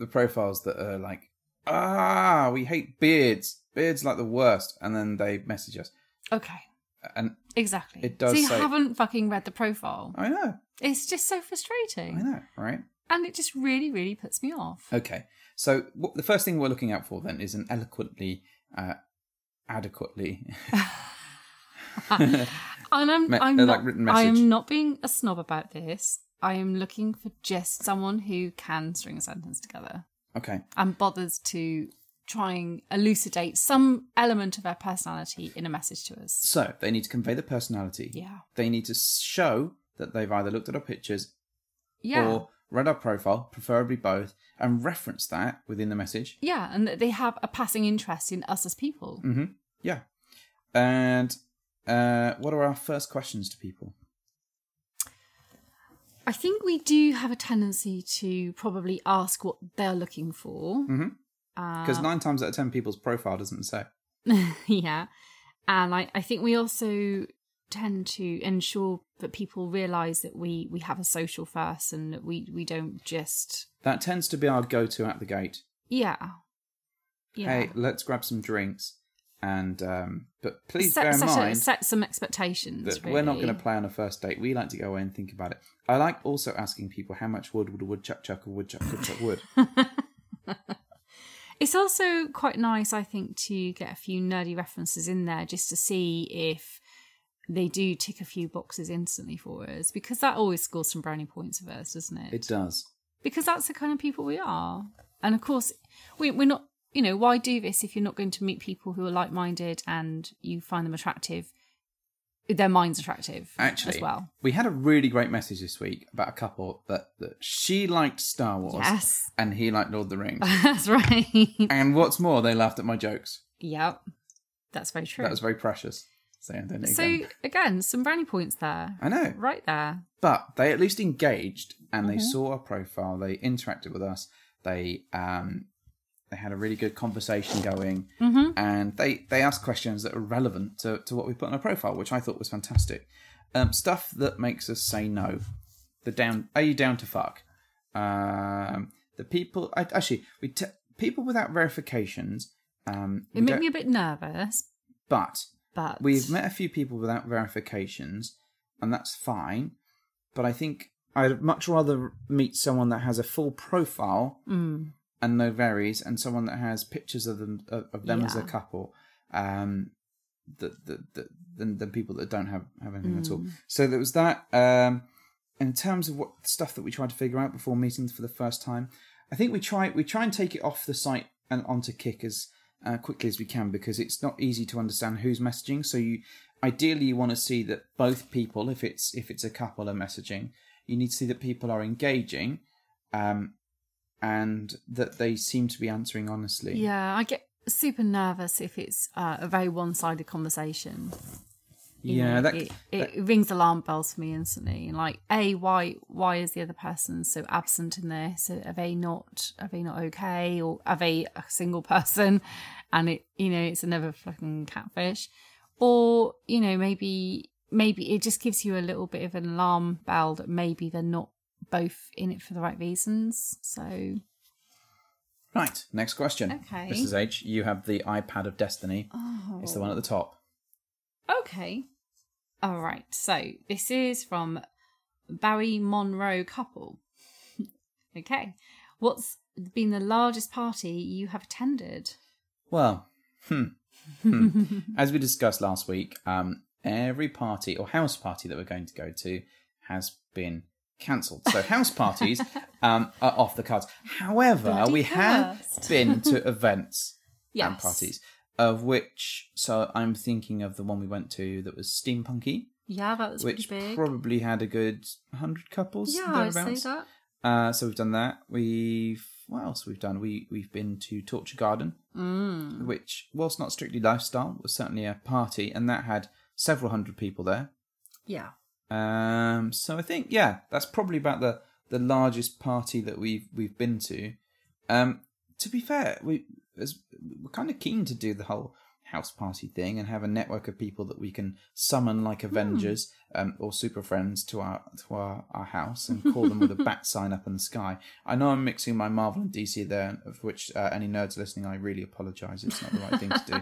the profiles that are like, ah, we hate beards. Beards are like the worst. And then they message us.
Okay,
And
exactly.
It does
So, you
say-
haven't fucking read the profile.
I know.
It's just so
I
frustrating.
know. Right.
And it just really, really puts me off.
Okay. So what, the first thing we're looking out for then is an eloquently, uh, adequately. <laughs>
And I'm,
Me-
I'm,
uh,
not,
like written
I
message.
am not being a snob about this. I am looking for just someone who can string a sentence together.
okay.
and bothers to try and elucidate some element of their personality in a message to us.
So they need to convey the personality.
Yeah.
They need to show that they've either looked at our pictures
Yeah.
or read our profile, preferably both, and reference that within the message.
yeah, and that they have a passing interest in us as people.
Mm-hmm. Yeah. And uh, what are our first questions to people?
I think we do have a tendency to probably ask what they're looking for.
Mhm. Because
Uh,
nine times out of ten, people's profile doesn't say.
<laughs> yeah. And I, I think we also tend to ensure that people realise that we, we have a social first and that we, we don't just.
That tends to be our go-to at the gate.
Yeah. Yeah.
Hey, let's grab some drinks, and um, but please
set,
bear in
set, a-
mind
set some expectations.
that we're not
really.
going to play on a first date. We like to go away and think about it. I like also asking people how much wood would a woodchuck chuck or woodchuck could chuck
<laughs>
wood.
It's also quite nice, I think, to get a few nerdy references in there just to see if they do tick a few boxes instantly for us, because that always scores some brownie points for us, doesn't it?
It does.
Because that's the kind of people we are. And of course, we, we're not, you know, why do this if you're not going to meet people who are like minded and you find them attractive? Their mind's attractive
Actually,
as well. <laughs>
we had a really great message this week about a couple that, that she liked Star Wars
Yes.
and he liked Lord of the Rings.
<laughs> That's right. <laughs>
and what's more, they laughed at my jokes.
yep. That's very true.
That was very precious. So, there you
so
go.
again, some brownie points there.
I know.
Right there.
But they at least engaged and they
Mm-hmm.
saw our profile, they interacted with us, they um, they had a really good conversation going,
Mm-hmm.
and they, they asked questions that were relevant to, to what we put on our profile, which I thought was fantastic. Um, stuff that makes us say no. The down are you down to fuck? Um, the people I, actually we t- people without verifications. Um, we
It made
don't-
me a bit nervous,
but
but
We've met a few people without verifications, and that's fine. But I think I'd much rather meet someone that has a full profile
Mm,
and no varies, and someone that has pictures of them of, of them as a
Yeah.
couple, um, that that that- than than people that don't have have anything at
Mm.
all. So there was that. Um, in terms of what stuff that we tried to figure out before meetings for the first time, I think we try we try and take it off the site and onto Kick as uh, quickly as we can because it's not easy to understand who's messaging. So you ideally you want to see that both people if it's if it's a couple are messaging you need to see that people are engaging um and that they seem to be answering honestly
Yeah, I get super nervous if it's uh, a very one-sided conversation. You
yeah
know,
that,
it,
that-
it rings alarm bells for me instantly. Like, a why why is the other person so absent in this? Are they not are they not okay, or are they a single <laughs> person? And it you know it's another fucking catfish, or you know maybe maybe it just gives you a little bit of an alarm bell that maybe they're not both in it for the right reasons. So
right next question
Okay. Oh.
mrs h you have the ipad of destiny it's the one at the top
Okay. All right. So this is from Barry Monroe couple. <laughs> okay. What's been the largest party you have attended?
Well, hmm. hmm. <laughs> as we discussed last week, um, every party or house party that we're going to go to has been cancelled.
<laughs>
So house parties um, are off the cards. However,
Bloody
we have
cursed.
been
<laughs>
to events and
Yes.
parties, of which, so I'm thinking of the one we went to that was steampunky,
Yeah, that was
which
pretty big.
probably had a good 100 couples.
yeah, I'd say
thereabouts.
that.
Uh, so we've done that. We've what else we've done? We we've been to Torture Garden, mm. which, whilst not strictly lifestyle, was certainly a party, and that had several hundred people there.
Yeah.
Um, so I think yeah, that's probably about the the largest party that we've we've been to. Um, to be fair, we as, we're kind of keen to do the whole house party thing and have a network of people that we can summon like
Hmm.
Avengers um, or super friends to our to our, our house and call
<laughs>
them with a bat sign up in the sky. I know I'm mixing my Marvel and DC there, of which uh, any nerds listening, I really apologise. It's not the right thing to
<laughs>
do,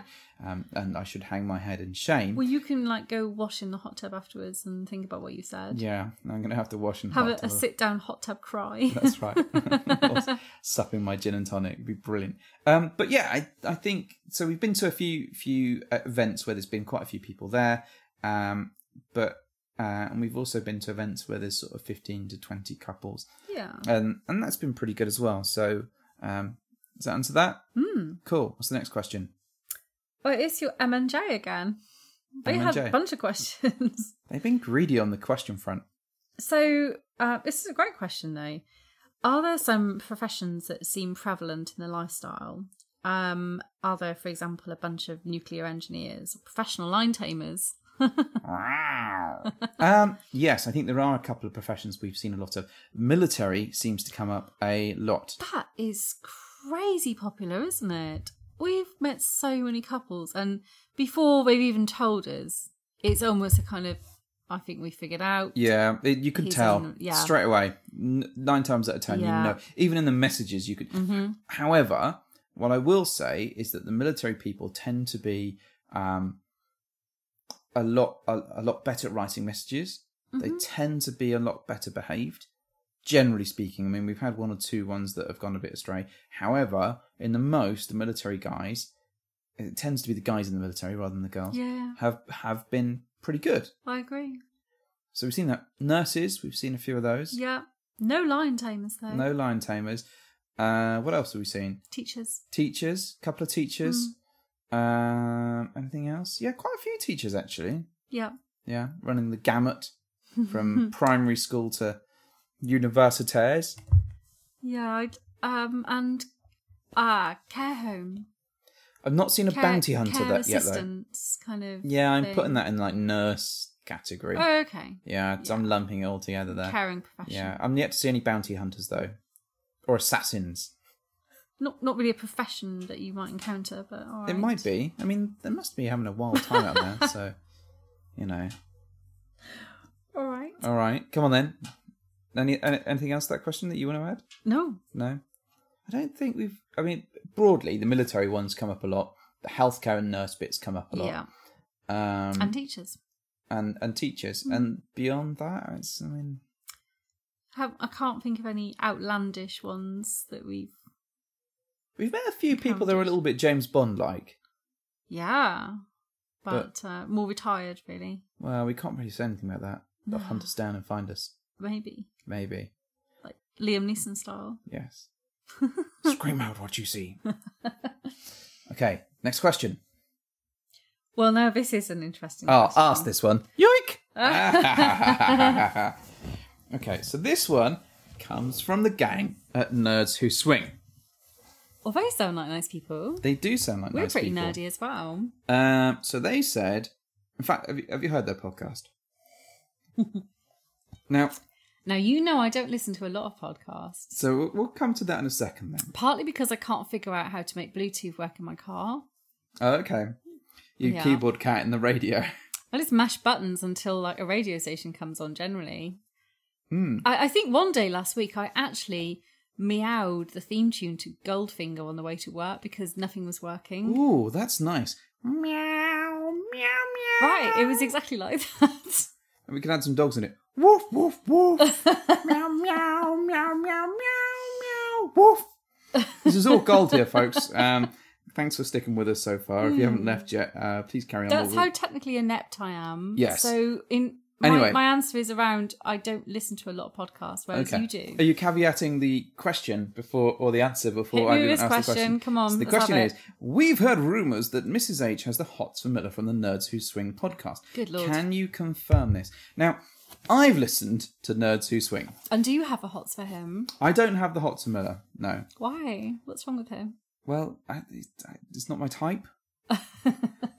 um, and I should hang my head in shame.
Well, you can like go wash in the hot tub afterwards and think about what you said.
yeah, I'm gonna have to wash and
Have
hot
a, a
tub.
sit down hot tub cry.
<laughs> That's right. Or Supping my gin and tonic would be brilliant. Um, but yeah, I, I think so. We've been to a few few uh, events where there's been quite a few people there, um, but uh, and we've also been to events where there's sort of fifteen to twenty couples,
yeah.
and and that's been pretty good as well. So um, does that answer that? Mm. Cool. What's the next question?
Well, it's your M and J again. They had
M&J.
a bunch of questions.
They've been greedy on the question front.
So, uh, this is a great question, though. Are there some professions that seem prevalent in the lifestyle? Um, are there, for example, a bunch of nuclear engineers, professional line tamers?
um, yes, I think there are a couple of professions we've seen a lot of. Military seems to come up a lot.
That is crazy popular, isn't it? We've met so many couples, and before they've even told us, it's almost a kind of, I think we figured out.
Yeah, it, you could
He's
tell
in- yeah.
straight away. N- Nine times out of ten,
Yeah. Mm-hmm.
you know. Even in the messages, you could. However, what I will say is that the military people tend to be um, a lot a, a lot better at writing messages. They
Mm-hmm.
tend to be a lot better behaved. Generally speaking, I mean, we've had one or two ones that have gone a bit astray. However, in the most, the military guys, it tends to be the guys in the military rather than the girls,
Yeah.
have have been pretty good.
I agree.
So we've seen that nurses. We've seen a few of those.
Yeah. No line tamers, though.
No lion tamers. Uh, what else have we seen?
Teachers.
Teachers. Couple of teachers.
Hmm.
Um, anything else? Yeah, quite a few teachers actually.
Yeah.
Yeah, running the
<laughs>
gamut from primary school to universitaires.
Yeah, I'd, um, and ah, care home,
I've not seen a
care,
bounty hunter
care
that yet though.
assistants kind of.
Yeah, I'm
thing.
putting that in like nurse category.
Oh, okay.
yeah, so I'm lumping it all together there.
Caring profession.
yeah, I'm yet to see any bounty hunters though, or assassins.
Not not really a profession that you might encounter, but all right.
It might be. I mean, they must be having a wild time out there. So, you know.
All right.
All right, come on then. Any, any anything else to that question that you want to add?
No.
No, I don't think we've. I mean, broadly, the military ones come up a lot. The healthcare and nurse bits come up a lot.
Yeah.
Um,
And Mm. teachers.
and and teachers and beyond that, it's. I mean,
Have I can't think of any outlandish ones that we've.
we've met a few people that are a
Encountered.
little bit James Bond like.
Yeah. But,
But-
uh, more retired, really.
Well, we can't really say anything about that. They'll hunt us down and find us.
Maybe
Maybe.
like Liam Neeson style. <laughs>
Yes. Scream out what you see. okay, next question.
Well, now this is an interesting.
Oh,
question.
ask this one. Yoink! <laughs> okay, so this one comes from the gang at Nerds Who Swing.
Well, they sound like nice people.
They do sound like
We're
nice
pretty
people.
nerdy as well.
Um, so they said, in fact, have you, have you heard their
<laughs>
podcast? now,
Now you know I don't listen to a lot of podcasts,
so we'll- we'll come to that in a second then.
partly because I can't figure out how to make Bluetooth work in my car.
Oh, okay. You
Yeah.
keyboard cat in the radio.
<laughs> I just mash buttons until like a radio station comes on. Generally,
Hmm.
I, I think one day last week I actually meowed the theme tune to Goldfinger on the way to work because nothing was working.
Ooh, that's nice. Meow, meow, meow.
Right, it was exactly like that. <laughs>
And we can add some dogs in it. Woof, woof, woof. meow, meow, meow, meow, meow, meow. Woof. This is all gold here,
<laughs>
folks. Um, thanks for sticking with us so far. If you haven't left yet, uh, please carry on.
Hmm. That's
We'll-
how technically inept I am.
Yes.
So in my,
Anyway.
my answer is around I don't listen to a lot of podcasts, whereas
Okay.
you do.
Are you caveating the question before or the answer before
Hit
I
me with
even
this
ask the question?
question. Come on,
So the
let's have
question
it.
is: We've heard rumours that Mrs H has the hots for Miller from the Nerds Who Swing podcast.
Good lord.
Can you confirm this? Now, I've listened to Nerds Who Swing.
And do you have a hots for him?
I don't have the hots for Miller. No.
Why? What's wrong with him?
Well, I, I- it's not my type.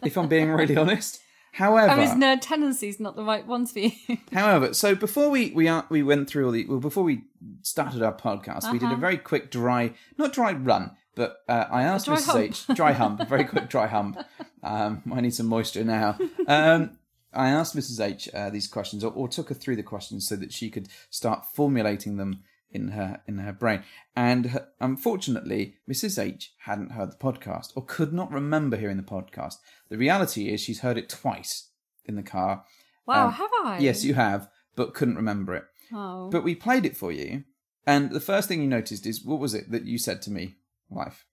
if I'm being really honest. However,
Oh, his nerd tendencies not the right ones for you. <laughs>
However, so before we we are, we went through all the well before we started our podcast, we did a very quick dry not dry run, but uh, I asked
dry
Mrs H dry hump, a very quick dry hump. Um, I need some moisture now. Um, I asked Mrs H uh, these questions, or, or took her through the questions so that she could start formulating them in her in her brain. And her, unfortunately, Mrs H hadn't heard the podcast or could not remember hearing the podcast. The reality is, she's heard it twice in the car.
Wow,
Um,
have I?
Yes, you have, but couldn't remember it.
Oh.
But we played it for you, and the first thing you noticed is what was it that you said to me, wife?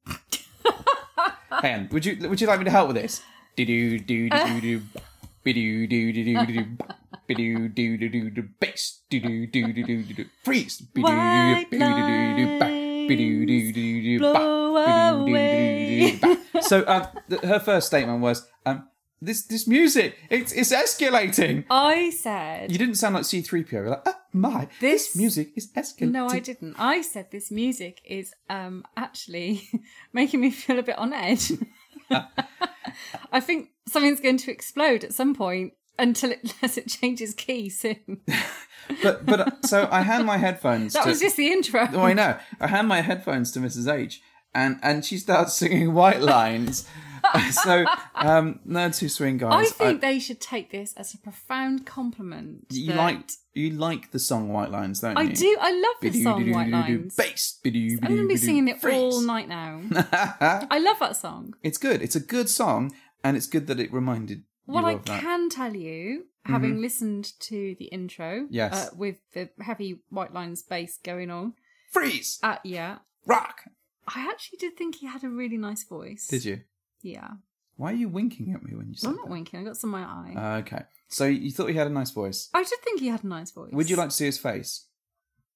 Hang on, would you would you like me to help with this? Do do do do do do do do do do do do do do do bass do do do do do do do freeze do do do do do do do do So um, th- her first statement was um, this this music it's it's escalating.
I said.
You didn't sound like C3PO. You're like, oh my, this,
This-
music is escalating.
no, I didn't. I said this music is um actually <laughs> making me feel a bit on
<laughs>
edge. I think something's going to explode at some point until it, <laughs> unless it changes key soon.
But, but uh, so I hand
<laughs>
my headphones
That
to.
was just the intro.
<laughs> oh, I know. I hand my headphones to Mrs. H and, and she starts singing White Lines. <laughs> so, um, Nerds Who Swing
I
Guys.
think they should take this as a profound compliment.
you
that-
like you like the song White Lines, don't
I
you?
do. I love the song White
Bidoo-doo-doo-doo-doo,
Lines.
Bass. I'm
I'm going to be singing it all
<laughs>
night now. I love that song.
It's good. It's a good song, and it's good that it reminded
What
you
I
of that.
can tell you, having listened to the intro,
Mm-hmm. Yes.
uh, with the heavy White Lines bass going on,
Freeze.
uh, yeah,
Rock.
I actually did think he had a really nice voice.
Did you?
Yeah.
Why are you winking at me when you said
I'm
that?
not winking. I got some in my eye.
Uh, okay. So you thought he had a nice voice.
I did think he had a nice voice.
Would you like to see his face?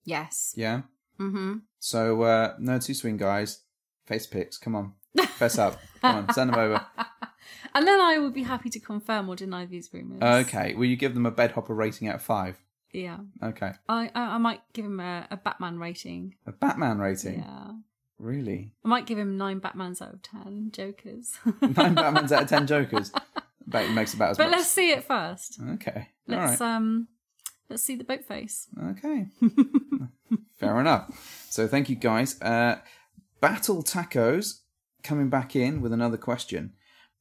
Yes.
Yeah.
Mm-hmm.
So uh no two swing guys, face pics. Come on, fess up. Come on, send them
<laughs>
over.
And then I would be happy to confirm or deny these rumors.
Okay. Will you give them a bed hopper rating out of five?
Yeah.
Okay.
I I, I might give him a, a Batman rating.
A Batman rating.
Yeah.
Really? <laughs>
I might give him nine Batmans out of ten Jokers. <laughs>
Nine Batmans out of ten Jokers. Bet makes about as
but
much.
let's see it first.
Okay.
Let's
All
um let's see the boat face.
right. Okay. Fair enough. So thank you guys. Uh, Battle Tacos coming back in with another question.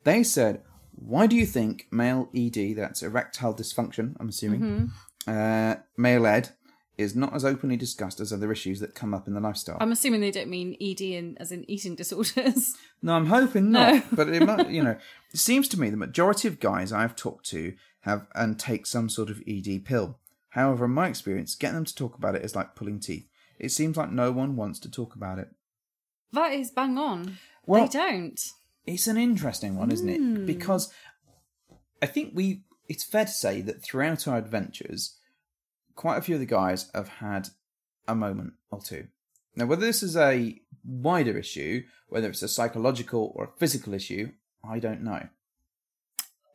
They said, "Why do you think male ED, that's erectile dysfunction, I'm assuming, uh, male ed, is not as openly discussed as other issues that come up in the lifestyle?"
I'm assuming they don't mean ED in, as in eating <laughs> disorders.
No, I'm hoping not. but it
<laughs>
might, you know, it seems to me the majority of guys I've talked to have and take some sort of ED pill. However, in my experience, getting them to talk about it is like pulling teeth. It seems like no one wants to talk about it.
that is bang on.
Well,
they don't. Hmm.
it's an interesting one, isn't it? Because I think we it's fair to say that throughout our adventures, quite a few of the guys have had a moment or two. Now, whether this is a wider issue, whether it's a psychological or a physical issue, I don't know.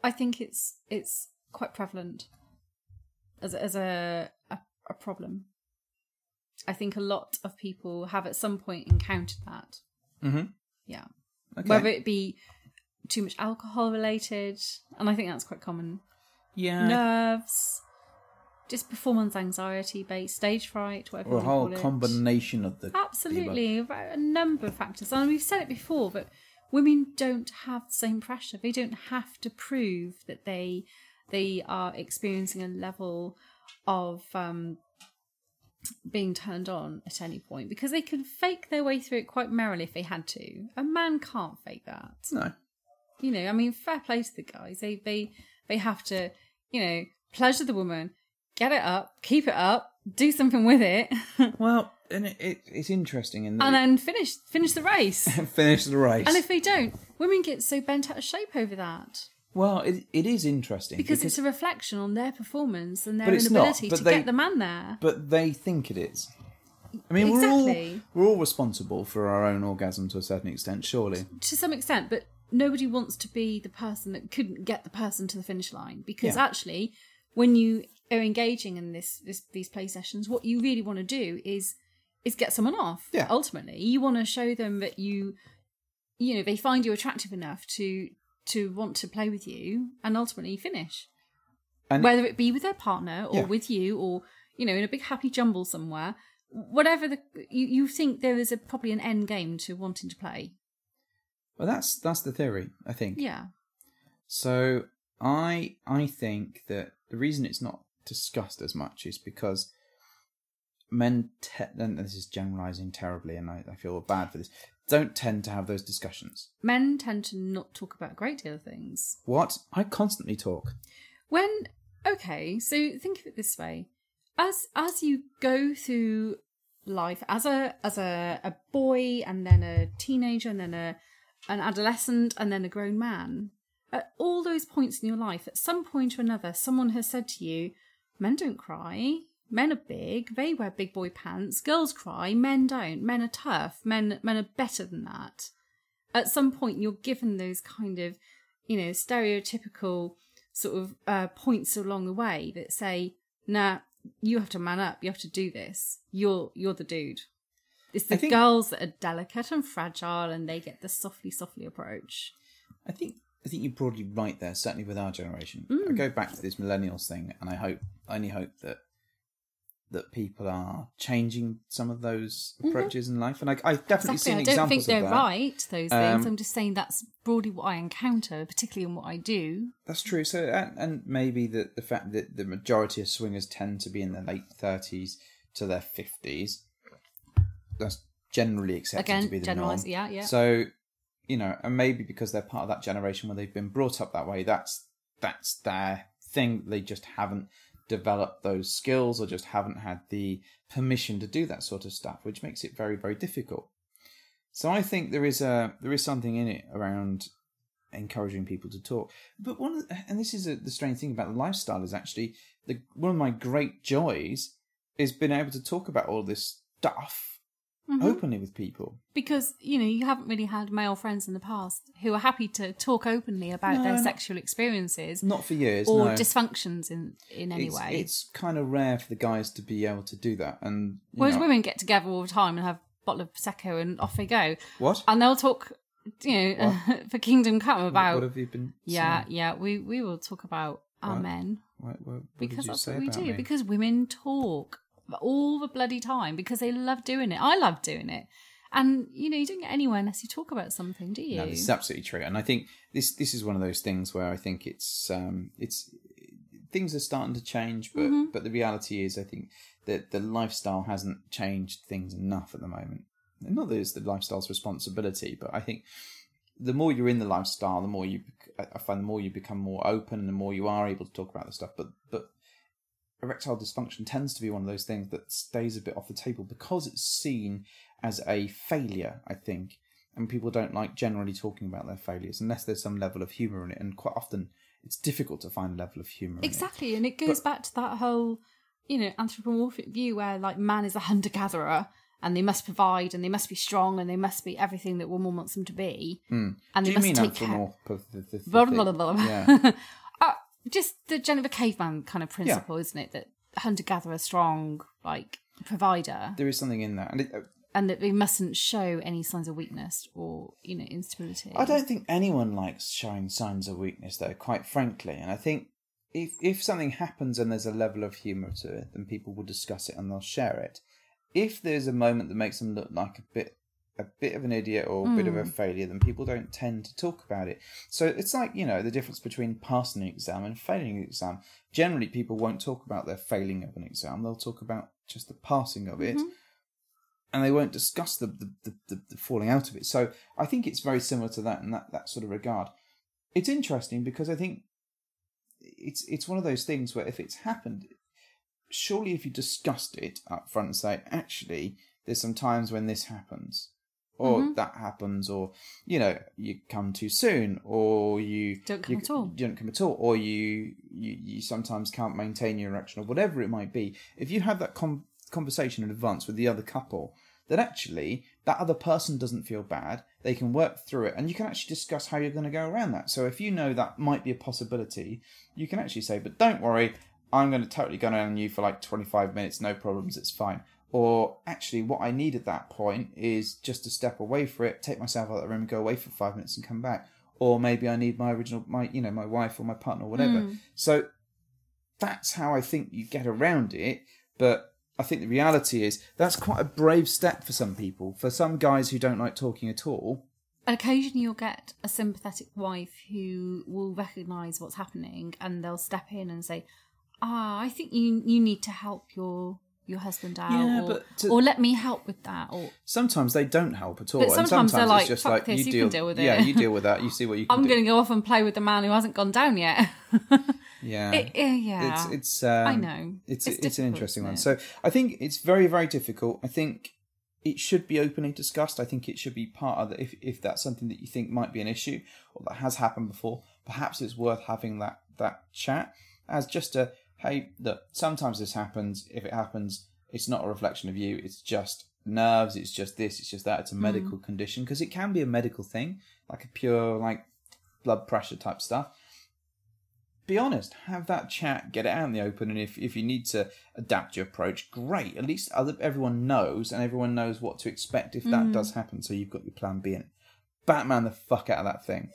I think it's it's quite prevalent as as a a, a problem. I think a lot of people have at some point encountered that.
Mm-hmm.
Yeah.
Okay.
Whether it be too much alcohol related, and I think that's quite common.
yeah.
Nerves, just performance anxiety based, stage fright, whatever
Or a
you
whole
call it.
combination of the
Absolutely, about a number of factors, and we've said it before, but women don't have the same pressure. They don't have to prove that they they are experiencing a level of um, being turned on at any point because they can fake their way through it quite merrily if they had to. A man can't fake that
No.
you know, I mean, fair play to the guys. They they they have to, you know, pleasure the woman, get it up, keep it up, do something with it, <laughs> and
Well, and it, it, it's interesting in that it-
then finish finish the race.
<laughs> finish the race.
and if they don't, women get so bent out of shape over that
well, it, it is interesting
because, it's a reflection on their performance and their
But it's not,
inability
but
to
they-
get the man there.
but they think it is. I mean,
Exactly.
we're all we're all responsible for our own orgasm to a certain extent, surely.
to some extent, but nobody wants to be the person that couldn't get the person to the finish line because
Yeah.
actually, when you are engaging in this, this these play sessions, what you really want to do is is get someone off.
Yeah.
Ultimately, you want to show them that you, you know, they find you attractive enough to to want to play with you and ultimately finish,
And
whether it be with their partner or
Yeah.
with you or you know in a big happy jumble somewhere. Whatever the you, you think there is a probably an end game to wanting to play.
well, that's that's the theory, I think.
Yeah.
So I I think that the reason it's not discussed as much is because men te- and this is generalizing terribly, and I, I feel bad for this. Don't tend to have those discussions.
men tend to not talk about a great deal of things.
What I constantly talk.
When okay, so think of it this way: as as you go through life as a as a, a boy and then a teenager and then a an adolescent and then a grown man, at all those points in your life, at some point or another, someone has said to you, "Men don't cry." Men are big. They wear big boy pants. Girls cry. Men don't. Men are tough. Men men are better than that. At some point, you're given those kind of, you know, stereotypical sort of uh, points along the way that say, "Nah, you have to man up. You have to do this. You're you're the dude." It's the
I think-
girls that are delicate and fragile, and they get the softly, softly approach.
I think I think you're broadly right there. Certainly with our generation,
Mm.
I go back to this millennials thing, and I hope I only hope that that people are changing some of those approaches in life. And I, I've definitely
Mm-hmm. Exactly.
seen
I don't
examples
think
of
they're
that.
right. Those
Um,
things. I'm just saying that's broadly what I encounter, particularly in what I do.
That's true. So, and, and maybe the, the fact that the majority of swingers tend to be in their late 30s to their 50s, that's generally accepted
Again,
to be the norm.
generalised, yeah, yeah.
So, you know, and maybe because they're part of that generation where they've been brought up that way, that's that's their thing. They just haven't developed those skills or just haven't had the permission to do that sort of stuff, which makes it very, very difficult. So I think there is a there is something in it around encouraging people to talk. But one, of the, and this is a, the strange thing about lifestyle is actually the one of my great joys is being able to talk about all this stuff
Mm-hmm.
openly with people.
Because you know you haven't really had male friends in the past who are happy to talk openly about
No,
their
not-
sexual experiences
Not for years,
or
no.
dysfunctions in in any
it's,
way.
it's kind of rare for the guys to be able to do that. And you
Whereas
know-
women get together all the time and have a bottle of prosecco and off they go,
what?
and they'll talk, you know, <laughs> for Kingdom Come about.
what have you been?
yeah,
saying?
yeah, we we will talk about our
What?
men.
What, what, what did
because
you
that's
say
what we
about
do.
me?
Because women talk all the bloody time because they love doing it. I love doing it, and you know you don't get anywhere unless you talk about something, do you?
No, this is absolutely true, and I think this this is one of those things where I think it's um, it's things are starting to change, but but the reality is, I think that the lifestyle hasn't changed things enough at the moment. Not that it's the lifestyle's responsibility, but I think the more you're in the lifestyle, the more you bec- I I find the more you become more open, and the more you are able to talk about the stuff. But but erectile dysfunction tends to be one of those things that stays a bit off the table because it's seen as a failure, I think. And people don't like generally talking about their failures unless there's some level of humour in it. And quite often, it's difficult to find a level of humour. in it.
Exactly, and it goes back to that whole, you know, anthropomorphic view where like man is a hunter gatherer and they must provide and they must be strong and they must be everything that woman wants them to be and
Hmm.
they
Do you
must
mean
take care.
anthropomorphic?
Blah, blah, blah, blah.
Yeah.
<laughs> Uh, just the Jennifer Caveman kind of principle, isn't it? That hunter gatherer strong like provider,
There is something in that, and it, uh,
and that they mustn't show any signs of weakness or you know instability.
I don't think anyone likes showing signs of weakness, though. Quite frankly, and I think if if something happens and there's a level of humour to it, then people will discuss it and they'll share it. If there's a moment that makes them look like a bit a bit of an idiot or a bit of a failure, then people don't tend to talk about it. So it's like you know the difference between passing an exam and failing an exam. Generally, people won't talk about their failing of an exam; they'll talk about just the passing of it and they won't discuss the the, the, the the falling out of it. So I think it's very similar to that in that, that sort of regard. It's interesting because I think it's it's one of those things where if it's happened, surely if you discussed it up front and say, actually, there's some times when this happens. Or
Mm-hmm.
that happens, or you know, you come too soon, or you
Don't come
you-
at all.
You don't come at all, or you, you you sometimes can't maintain your erection, or whatever it might be. If you have that com- conversation in advance with the other couple, that actually that other person doesn't feel bad. They can work through it, and you can actually discuss how you're going to go around that. So if you know that might be a possibility, you can actually say, "But don't worry, I'm going to totally go down on you for like 25 minutes, no problems, it's fine." Or actually, what I need at that point is just to step away for it, take myself out of the room, go away for five minutes, and come back. Or maybe I need my original, my you know, my wife or my partner or whatever.
Hmm.
So that's how I think you get around it. But I think the reality is that's quite a brave step for some people. For some guys who don't like talking at all,
occasionally you'll get a sympathetic wife who will recognize what's happening and they'll step in and say ah i think you you need to help your your husband out
Yeah,
or,
but to-
or let me help with that or
sometimes they don't help at all.
But sometimes
and sometimes
they're
it's
like,
just
"Fuck
like
this,
you,
you
deal,
can deal with it."
Yeah, you deal with
<laughs>
that. You see what you can
i'm
do.
going to go off and play with the man who hasn't gone down yet <laughs>
Yeah.
It- eh, yeah.
It's it's um,
I know.
It's it's,
It's
an
difficult,
interesting one.
isn't
So I think it's very very difficult. I think it should be openly discussed. I think it should be part of the, if if that's something that you think might be an issue or that has happened before, perhaps it's worth having that that chat as just a hey, look, sometimes this happens. If it happens, it's not a reflection of you. It's just nerves, it's just this, it's just that. It's a
Mm.
medical condition because it can be a medical thing, like a pure like blood pressure type stuff be honest, have that chat, get it out in the open, and if, if you need to adapt your approach, great. At least other, everyone knows, and everyone knows what to expect if
Mm.
that does happen. So you've got your plan B in. it. Batman the fuck out of that thing.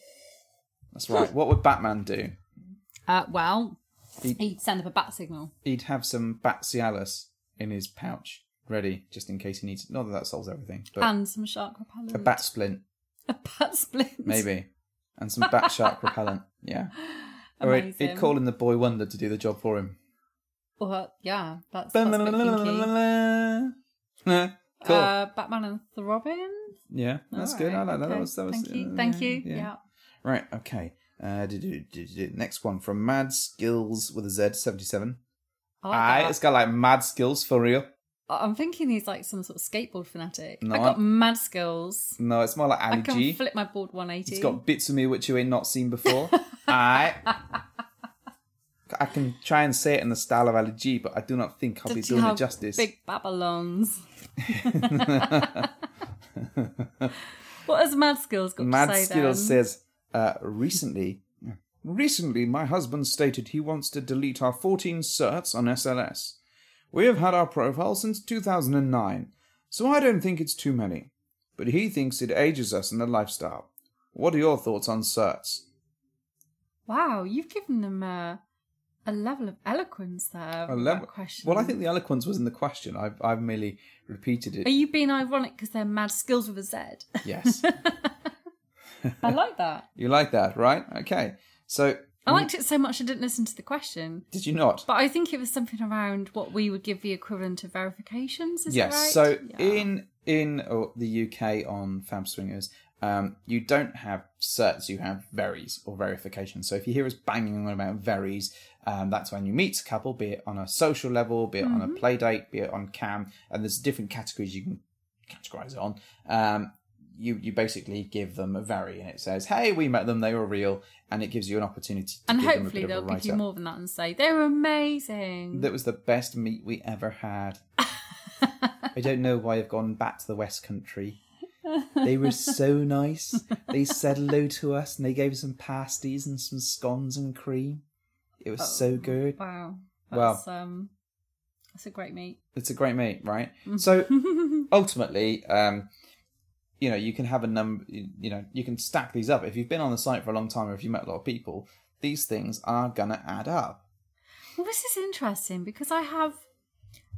That's right. what would Batman do?
uh, well
He-
he'd send up a bat signal
He'd have some bat Cialis in his pouch ready, just in case he needs. Not that that solves everything, but
and some shark repellent
a bat splint
<laughs> a bat splint
maybe, and some
<laughs>
bat shark repellent. Yeah. Or he'd, he'd
Amazing.
call in the boy wonder to do the job for him.
or, yeah that's, that's a bit kinky.
Cool.
uh, batman and the robin
yeah, that's
All
good. I like
right,
that.
okay.
That was that was.
thank you
uh,
thank you
yeah.
yeah.
Right. Okay. Uh, do, do, do, do, do. Next one from Mad Skills with a Z seventy seven.
I like
Aye,
that.
it's got like mad skills for real.
I'm thinking he's like some sort of skateboard fanatic.
No,
I got
I-
mad skills.
No, it's more like
I
Ali
can
G.
flip my board 180.
It's got bits of me which you ain't not seen before. Aye. I can try and say it in the style of Ali G, but I do not think I'll be
Dirty
doing it
hog,
justice.
Big
<laughs>
Babylons. what has mad skills got
Mad
to say
Skills
then?
says, uh, recently, recently, my husband stated he wants to delete our 14 certs on SLS. We have had our profile since 2009, so I don't think it's too many. But he thinks it ages us in the lifestyle. What are your thoughts on certs?
Wow, you've given them a, a level of eloquence there.
I
with
love-
that question.
Well, I think the eloquence was in the question. I've, I've merely repeated
Are
it.
you being ironic because they're mad skills with a Z? <laughs>
Yes.
I like that.
you like that, right? Okay. So,
I liked it so much I didn't listen to the question.
did you not?
But I think it was something around what we would give the equivalent of verifications. Is that
yes.
right?
So
Yeah.
in in oh, the UK on Fab Swingers, um, you don't have certs; you have veries or verification. So if you hear us banging on about veries, um, that's when you meet a couple, be it on a social level, be it on a
Mm-hmm.
play date, be it on cam, and there's different categories you can categorize it on. Um, you you basically give them a very, and it says, "Hey, we met them; they were real," and it gives you an opportunity. To
And
give them a
hopefully
bit
they'll
of a
give you
write-up.
more than that and say they're amazing.
That was the best meat we ever had. I don't know why I've gone back to the West Country. They were so nice. They said hello to us and they gave us some pasties and some scones and cream. It was so good.
Oh, Wow.
Wow.
That's, um, that's a great meat.
It's a great meat, right? So ultimately, um, you know, you can have a number, you know, you can stack these up. If you've been on the site for a long time or if you've met a lot of people, these things are going to add up.
Well, this is interesting because I have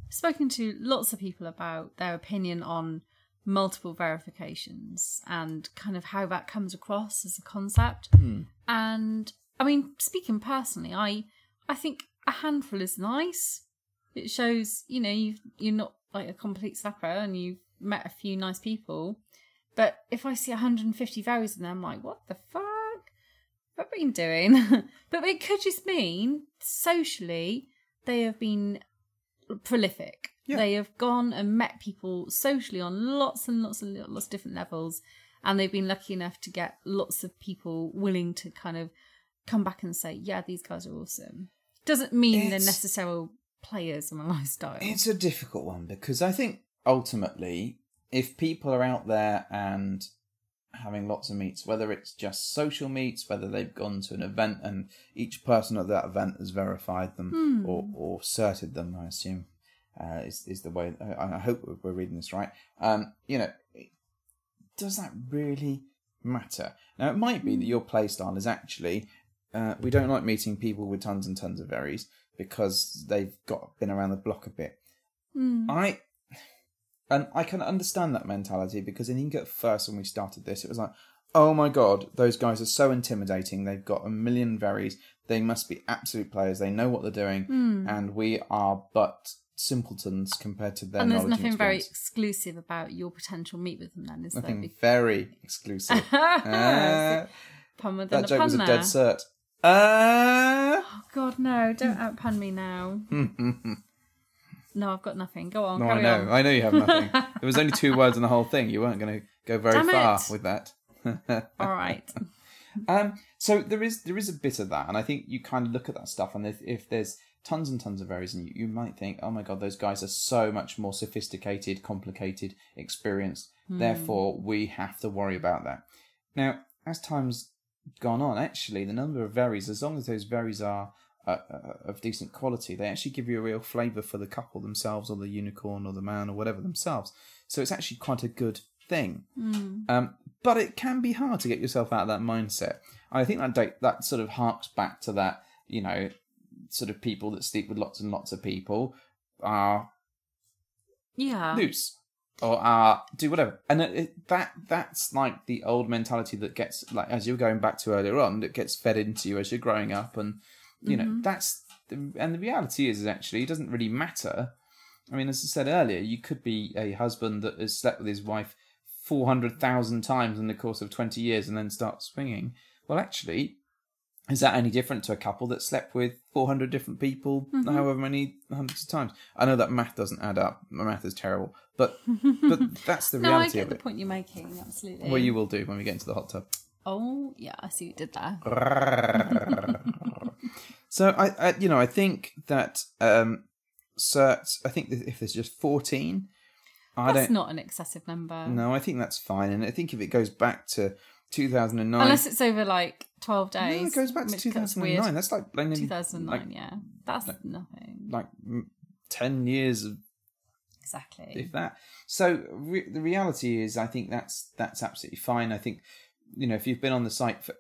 spoken to lots of people about their opinion on multiple verifications and kind of how that comes across as a concept. And I mean, speaking personally, I I think a handful is nice. It shows, you know, you you're not like a complete slapper and you've met a few nice people. But if I see 150 varies in there, I'm like, what the fuck? i have been doing. <laughs> but it could just mean socially they have been prolific.
Yeah.
They have gone and met people socially on lots and lots and lots of different levels, and they've been lucky enough to get lots of people willing to kind of come back and say, "Yeah, these guys are awesome." Doesn't mean they're
It's-
necessarily players in a <laughs> lifestyle.
It's a difficult one because I think ultimately, if people are out there and having lots of meets, whether it's just social meets, whether they've gone to an event and each person at that event has verified them or, or certed them, I assume uh, is is the way. I, I hope we're- we're reading this right. Um, you know, does that really matter? Now, it might be that your playstyle is actually uh, we don't like meeting people with tons and tons of varies because they've got been around the block a bit.
Hmm.
I and I can understand that mentality because I think at first when we started this, it was like, oh my god, those guys are so intimidating. They've got a million varies. They must be absolute players. They know what they're doing,
Hmm.
and we are but simpletons compared to their
and there's
knowledge
nothing
and
very
experience."
exclusive about your potential meet with them. Then is there?
nothing
Be-
very
<laughs>
exclusive. Ah,
pun within
that
a
joke
pun
was a
there.
dead cert. Uh,
Oh God, no! Don't
Hmm.
outpun
<laughs>
me now. no, I've got nothing. Go on,
No, I
Oh, carry
know. <laughs>
on.
I know you have
<laughs>
nothing. there was only two words in the whole thing. You weren't going to go very
Damn
far
it.
with that.
All right.
Um, so there is there is a bit of that, and I think you kind of look at that stuff, and if, if there's tons and tons of errors, and you, you might think, oh my god, those guys are so much more sophisticated, complicated, experienced. Therefore, we have to worry about that. Now, as time's gone on, actually, the number of varies, as long as those varies are uh, uh, of decent quality, they actually give you a real flavour for the couple themselves, or the unicorn, or the man, or whatever themselves. So it's actually quite a good thing. Um, but it can be hard to get yourself out of that mindset. I think that date, that sort of harks back to that, you know, sort of people that sleep with lots and lots of people are
Yeah.
loose or are do whatever, and it, it, that that's like the old mentality that gets like as you're going back to earlier on that gets fed into you as you're growing up, and you know that's the, and the reality is, is actually it doesn't really matter. I mean, as I said earlier, you could be a husband that has slept with his wife 400,000 times in the course of 20 years and then start swinging. Well, actually, is that any different to a couple that slept with 400 different people,
Mm-hmm.
however many hundreds of times? I know that math doesn't add up. My math is terrible.
<laughs>
But but that's the
No, I
reality
get
of
the
it.
point you're making. Absolutely.
Well, you will do when we get into the hot tub.
Oh, yeah. I see what you did there.
so I, I you know i think that um certs i think that if there's just 14 i
That's
don't
not an excessive number.
no i think that's fine and i think if it goes back to 2009
Unless it's over like twelve
No,
days.
it goes back to
which gets weird.
2009 that's like, like nearly-
2009.
like,
yeah. That's nothing.
like mm, 10 years of
Exactly.
if that. So re- the reality is, I think that's that's absolutely fine. I think you know if you've been on the site for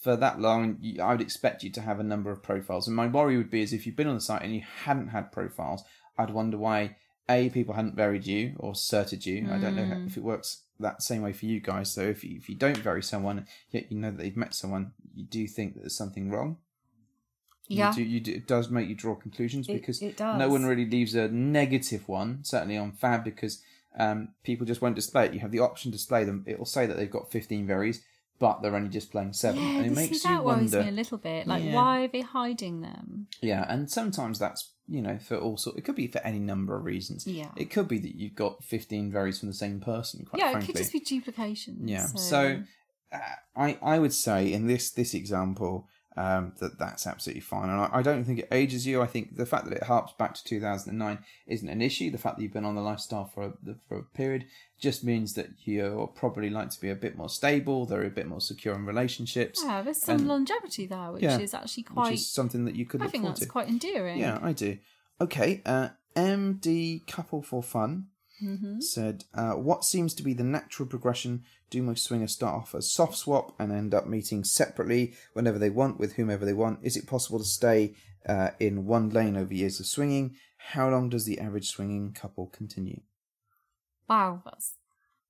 for that long, you, I would expect you to have a number of profiles. And my worry would be is if you've been on the site and you hadn't had profiles, I'd wonder why a people hadn't varied you or certed you. I don't know if it works that same way for you guys. So if you, if you don't vary someone, yet you know that they've met someone, you do think that there's something wrong.
Yeah.
You do, you do, it does make you draw conclusions
It-
because
it
no
does.
one really leaves a negative one, certainly on Fab, because um, people just won't display it. You have the option to display them. It'll say that they've got 15 varies, but they're only displaying seven.
yeah,
and it
you
makes
see, that
you
worries
wonder.
me a little bit. Like,
Yeah.
why are they hiding them?
Yeah, and sometimes that's you know for all sort. It could be for any number of reasons.
Yeah.
it could be that you've got fifteen varies from the same person. Quite
yeah,
frankly,
it could just be duplication.
yeah. So, uh, I I would say in this this example, um, that that's absolutely fine. And I, I don't think it ages you. I think the fact that it harps back to 2009 isn't an issue. The fact that you've been on the lifestyle for a, the- for a period just means that you're probably like to be a bit more stable. They're a bit more secure in relationships,
Yeah, there's some
And-
longevity there, which
Yeah.
is actually
which
quite.
is something that you could
I
look
think
forward
that's
to.
quite endearing.
Yeah, I do. Okay, uh, MD Couple for Fun
Mm-hmm.
said, uh, What seems to be the natural progression? Do most swingers start off as soft swap and end up meeting separately whenever they want with whomever they want? Is it possible to stay uh, in one lane over years of swinging? How long does the average swinging couple continue?
Wow, that's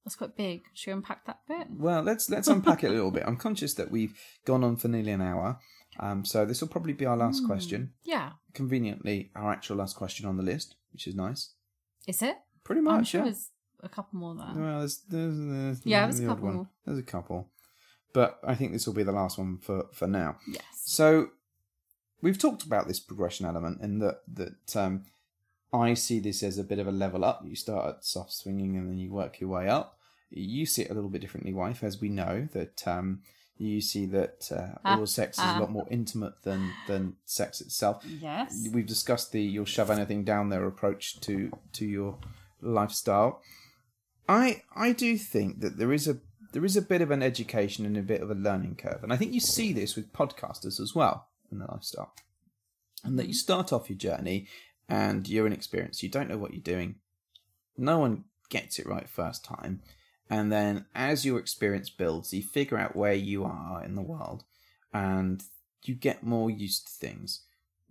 that's quite big. Should we unpack that bit?
Well, let's let's unpack it a little bit. I'm conscious that we've gone on for nearly an hour, um, so this will probably be our last question.
Hmm. Yeah.
Conveniently, our actual last question on the list, which is nice.
Is it?
Pretty
I'm
much,
sure
yeah.
there's a couple more there.
Well, there's, there's, there's
Yeah, there's a
the odd
couple
one.
more.
There's a couple, but I think this will be the last one for for now.
Yes.
So we've talked about this progression element, and that that um, I see this as a bit of a level up. You start at soft swinging, and then you work your way up. You see it a little bit differently, wife, as we know that um, you see that uh,
Ah,
oral sex is a lot more intimate than than sex itself
Yes.
we've discussed the you'll shove anything down their approach to to your lifestyle i i do think that there is a there is a bit of an education and a bit of a learning curve and i think you see this with podcasters as well in the lifestyle and that you start off your journey and you're inexperienced you don't know what you're doing no one gets it right first time and then as your experience builds you figure out where you are in the world and you get more used to things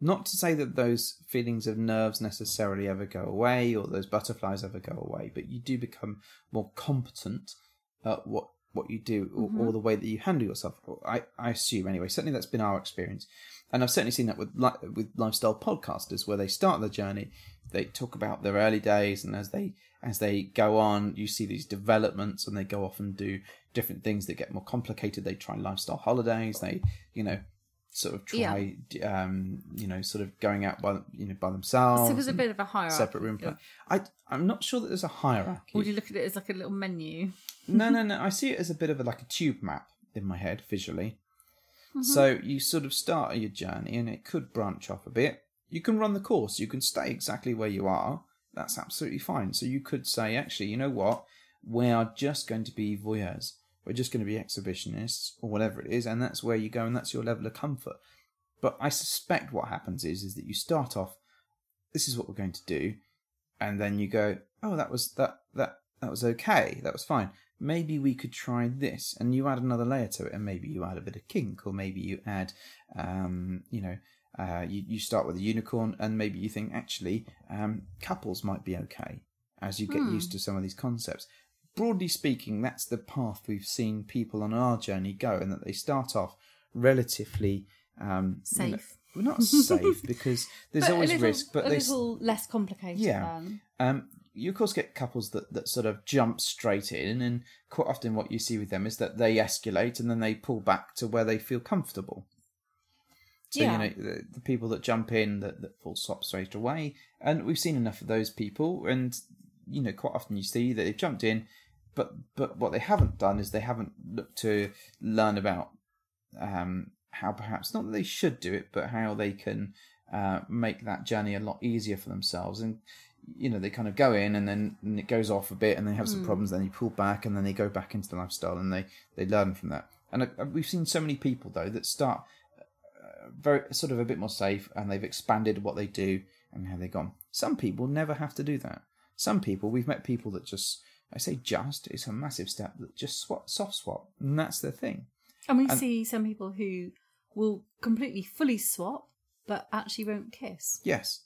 not to say that those feelings of nerves necessarily ever go away or those butterflies ever go away, but you do become more competent at what what you do or, or the way that you handle yourself. Or I, I assume anyway. Certainly that's been our experience, and I've certainly seen that with li- with lifestyle podcasters where they start the journey, they talk about their early days, and as they as they go on, you see these developments, and they go off and do different things that get more complicated. They try lifestyle holidays. They you know sort of
Yeah.
try um you know sort of going out by you know by themselves
so there's a
and
bit of a hierarchy.
separate room
Yeah.
i i'm not sure that there's a hierarchy
Or do you look at it as like a little menu?
no, no, no. I see it as a bit of a, like a tube map in my head visually. So you sort of start your journey, and it could branch off a bit. You can run the course. You can stay exactly where you are. That's absolutely fine. So you could say, actually, you know what? We are just going to be voyeurs. We're just going to be exhibitionists, or whatever it is, and that's where you go, and that's your level of comfort. But I suspect what happens is, is that you start off. This is what we're going to do and then you go, oh, that was that that that was okay, that was fine. Maybe we could try this, and you add another layer to it, and maybe you add a bit of kink, or maybe you add, um, you know, uh, you you start with a unicorn, and maybe you think actually um, couples might be okay as you get
Hmm.
used to some of these concepts. Broadly speaking, that's the path we've seen people on our journey go, and that they start off relatively um, you know-
Safe.
well,
<laughs>
not safe because there's
But a
always
little-
risk, but
a
they s-
little less complicated.
Yeah.
Then.
um, you of course get couples that, that sort of jump straight in, and quite often what you see with them is that they escalate and then they pull back to where they feel comfortable. So
Yeah.
you know the, the people that jump in that that fall stop straight away, and we've seen enough of those people, and you know quite often you see that they've jumped in, but but what they haven't done is they haven't looked to learn about um, how perhaps not that they should do it, but how they can uh, make that journey a lot easier for themselves. And you know, they kind of go in and then and it goes off a bit, and they have some problems. Then you pull back, and then they go back into the lifestyle, and they they learn from that. And I, I- we've seen so many people though that start uh, very sort of a bit more safe, and they've expanded what they do and how they've gone. Some people never have to do that. Some people we've met people that just. I say just, it's a massive step that just swap, soft swap, and that's their thing.
And we
And-
see some people who will completely fully swap, but actually won't kiss.
Yes.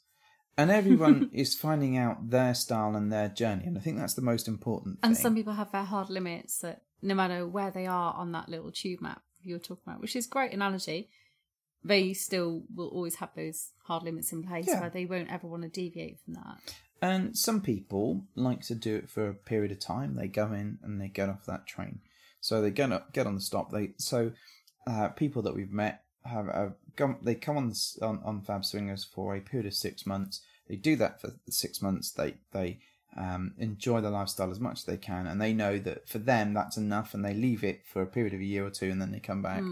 And everyone is finding out their style and their journey. And I think that's the most important thing.
And some people have their hard limits that no matter where they are on that little tube map you're talking about, which is great analogy, they still will always have those hard limits in place
Yeah.
where they won't ever want to deviate from that.
and some people like to do it for a period of time. They go in and they get off that train. So they get up, get on the stop. They so uh, people that we've met have, have come. They come on, s- on on Fab Swingers for a period of six months. They do that for six months. They they um, enjoy the lifestyle as much as they can, and they know that for them that's enough, and they leave it for a period of a year or two, and then they come back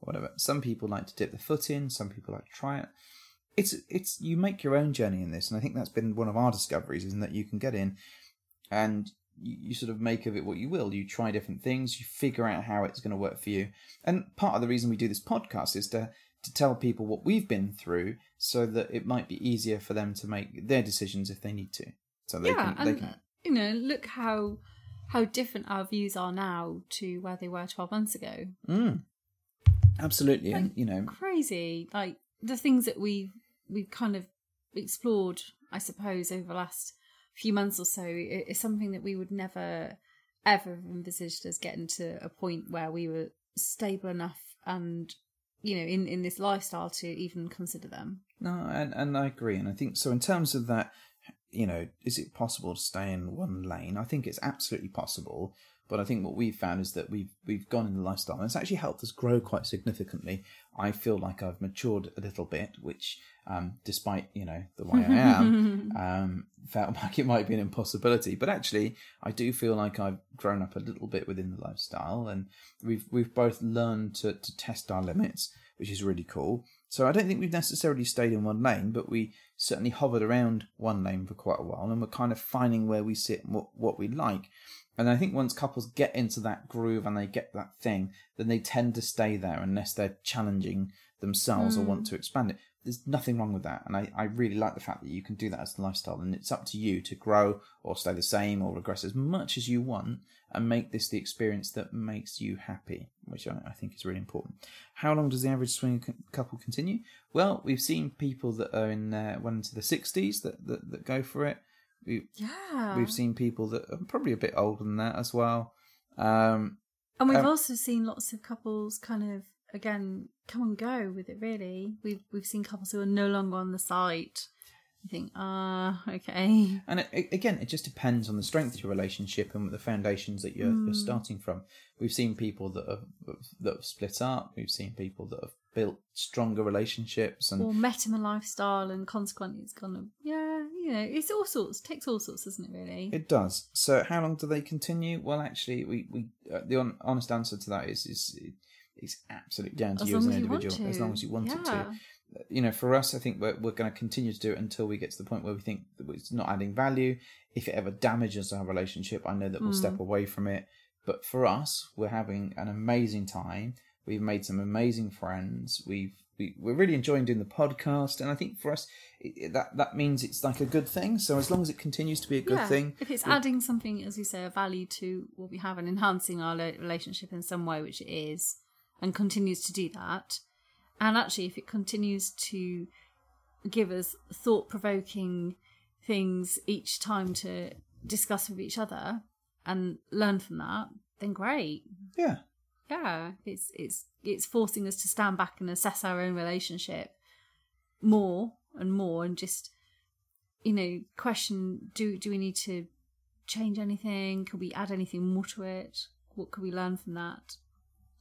whatever. Some people like to dip their foot in. Some people like to try it. It's it's you make your own journey in this, and I think that's been one of our discoveries, isn't that you can get in and you, you sort of make of it what you will. You try different things, you figure out how it's going to work for you. And part of the reason we do this podcast is to to tell people what we've been through, so that it might be easier for them to make their decisions if they need to. So they
yeah,
can they
and
can
you know, look how how different our views are now to where they were twelve months ago.
mm. absolutely, and you know,
Crazy, like the things that we we've kind of explored, I suppose, over the last few months or so, i- is something that we would never ever have envisaged as getting to a point where we were stable enough and you know in in this lifestyle to even consider them.
No, and, and I agree. And I think so, in terms of that, you know, is it possible to stay in one lane? I think it's absolutely possible. But I think what we've found is that we've we've gone in the lifestyle, and it's actually helped us grow quite significantly. I feel like I've matured a little bit, which, um, despite you know the way I am, um, felt <laughs> like it might be an impossibility. But actually, I do feel like I've grown up a little bit within the lifestyle, and we've we've both learned to to test our limits, which is really cool. So I don't think we've necessarily stayed in one lane, but we certainly hovered around one lane for quite a while, and we're kind of finding where we sit and what, what we like. And I think once couples get into that groove and they get that thing, then they tend to stay there unless they're challenging themselves or want to expand it. There's nothing wrong with that. And I, I really like the fact that you can do that as a lifestyle. And it's up to you to grow or stay the same or regress as much as you want and make this the experience that makes you happy, which I, I think is really important. How long does the average swing c- couple continue? Well, we've seen people that are in their, well into the 60s that, that, that go for it. We,
Yeah.
We've seen people that are probably a bit older than that as well. Um,
And we've
Um,
also seen lots of couples kind of again come and go with it. Really, we've we've seen couples who are no longer on the site. You think, ah, okay,
and it, it- again, it just depends on the strength of your relationship and the foundations that you're, you're starting from. We've seen people that have that have split up. We've seen people that have built stronger relationships, and
or met him a lifestyle, and consequently it's gone. Yeah, you know, it's all sorts. Takes all sorts, doesn't it? Really.
It does. So how long do they continue? Well, actually, we, we uh, the on, honest answer to that is is it's absolutely down to
As
you as
long
an
as you want
individual, as
to.
long as you want it to. Uh,
Yeah.
You know, for us, I think we're we're going to continue to do it until we get to the point where we think that it's not adding value. If it ever damages our relationship, I know that we'll
Hmm.
step away from it. But for us, we're having an amazing time. We've made some amazing friends. We've we, we're really enjoying doing the podcast, and I think for us it, it- that that means it's like a good thing. So as long as it continues to be a good
yeah.
thing,
If it's
we-
adding something, as we say, a value to what we have and enhancing our lo- relationship in some way, which it is, and continues to do that, and actually, if it continues to give us thought provoking things each time to discuss with each other and learn from that, then great.
Yeah,
Yeah, it's it's it's forcing us to stand back and assess our own relationship more and more, and just you know question do do we need to change anything? Could we add anything more to it? What could we learn from that?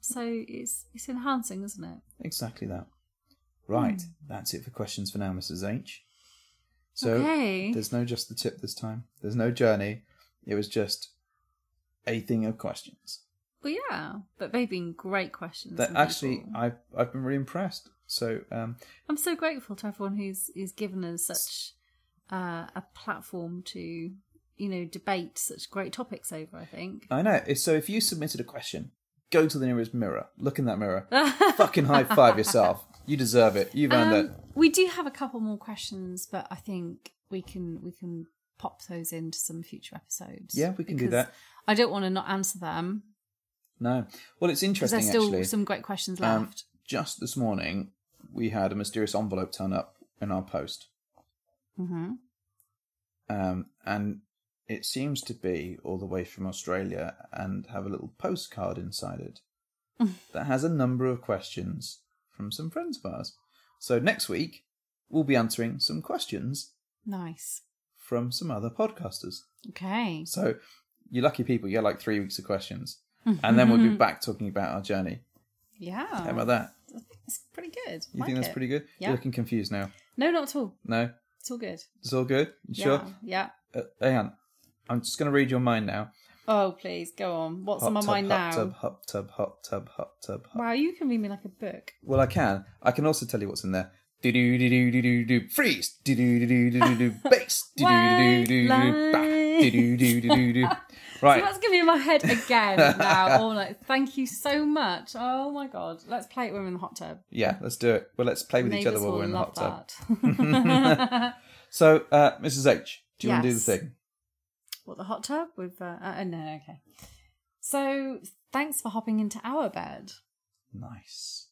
So it's it's enhancing, isn't it?
exactly that. Right,
Hmm.
that's it for questions for now, Mrs. H. So
Okay.
there's no just the tip this time. There's no journey. It was just a thing of questions.
Well, yeah, but they've been great questions.
That
from
actually,
people.
I've I've been really impressed. So um,
I'm so grateful to everyone who's who's given us such uh, a platform to you know debate such great topics over. I think.
I know. If- So if you submitted a question, go to the nearest mirror, look in that
<laughs>
mirror, fucking high five yourself. You deserve it. You've earned
Um,
it.
we do have a couple more questions, but I think we can we can pop those into some future episodes.
Yeah, we can do
because
that.
I don't want to not answer them
No, well, it's
because
interesting
there's still
actually.
some great questions
Um,
left.
just this morning, we had a mysterious envelope turn up in our post.
hmm
um, and it seems to be all the way from Australia and have a little postcard inside
<laughs>
it that has a number of questions from some friends of ours. So next week we'll be answering some questions
Nice.
from some other podcasters.
Okay.
So you lucky people, you had like three weeks of questions, and then we'll
<laughs>
be back talking about our journey.
Yeah.
How about that?
I think it's pretty good.
You
Oh, Like
think that's
it.
pretty good?
Yeah.
You're looking confused now.
No, not at all.
No,
It's all good.
it's all good. You sure.
Yeah. yeah.
Uh, hang on, I'm just going to read your mind now.
Oh, please go on. What's on my
Hot tub,
mind now?
hot tub, hot tub, hot tub, hot tub, hot
Wow, you can read me like a book.
Well, I can. I can also tell you what's in there. Do do do do do do do freeze. Do do do do do
<laughs>
do bass. Do do do do do back. Do do do do
<laughs>
do.
So
Right.
that's gonna be in my head
<laughs>
again now. All night. Thank you so much. Oh my god. Let's play it when we're in the hot tub.
Yeah. Let's do it. Well, let's play with each
Neighbours
other while
will
we're in the hot
love
tub.
that. <laughs>
So, uh, Mrs H, do you want to do the
Yes.
thing?
What the hot tub with? Uh, uh, no, okay. So thanks for hopping into our bed.
Nice.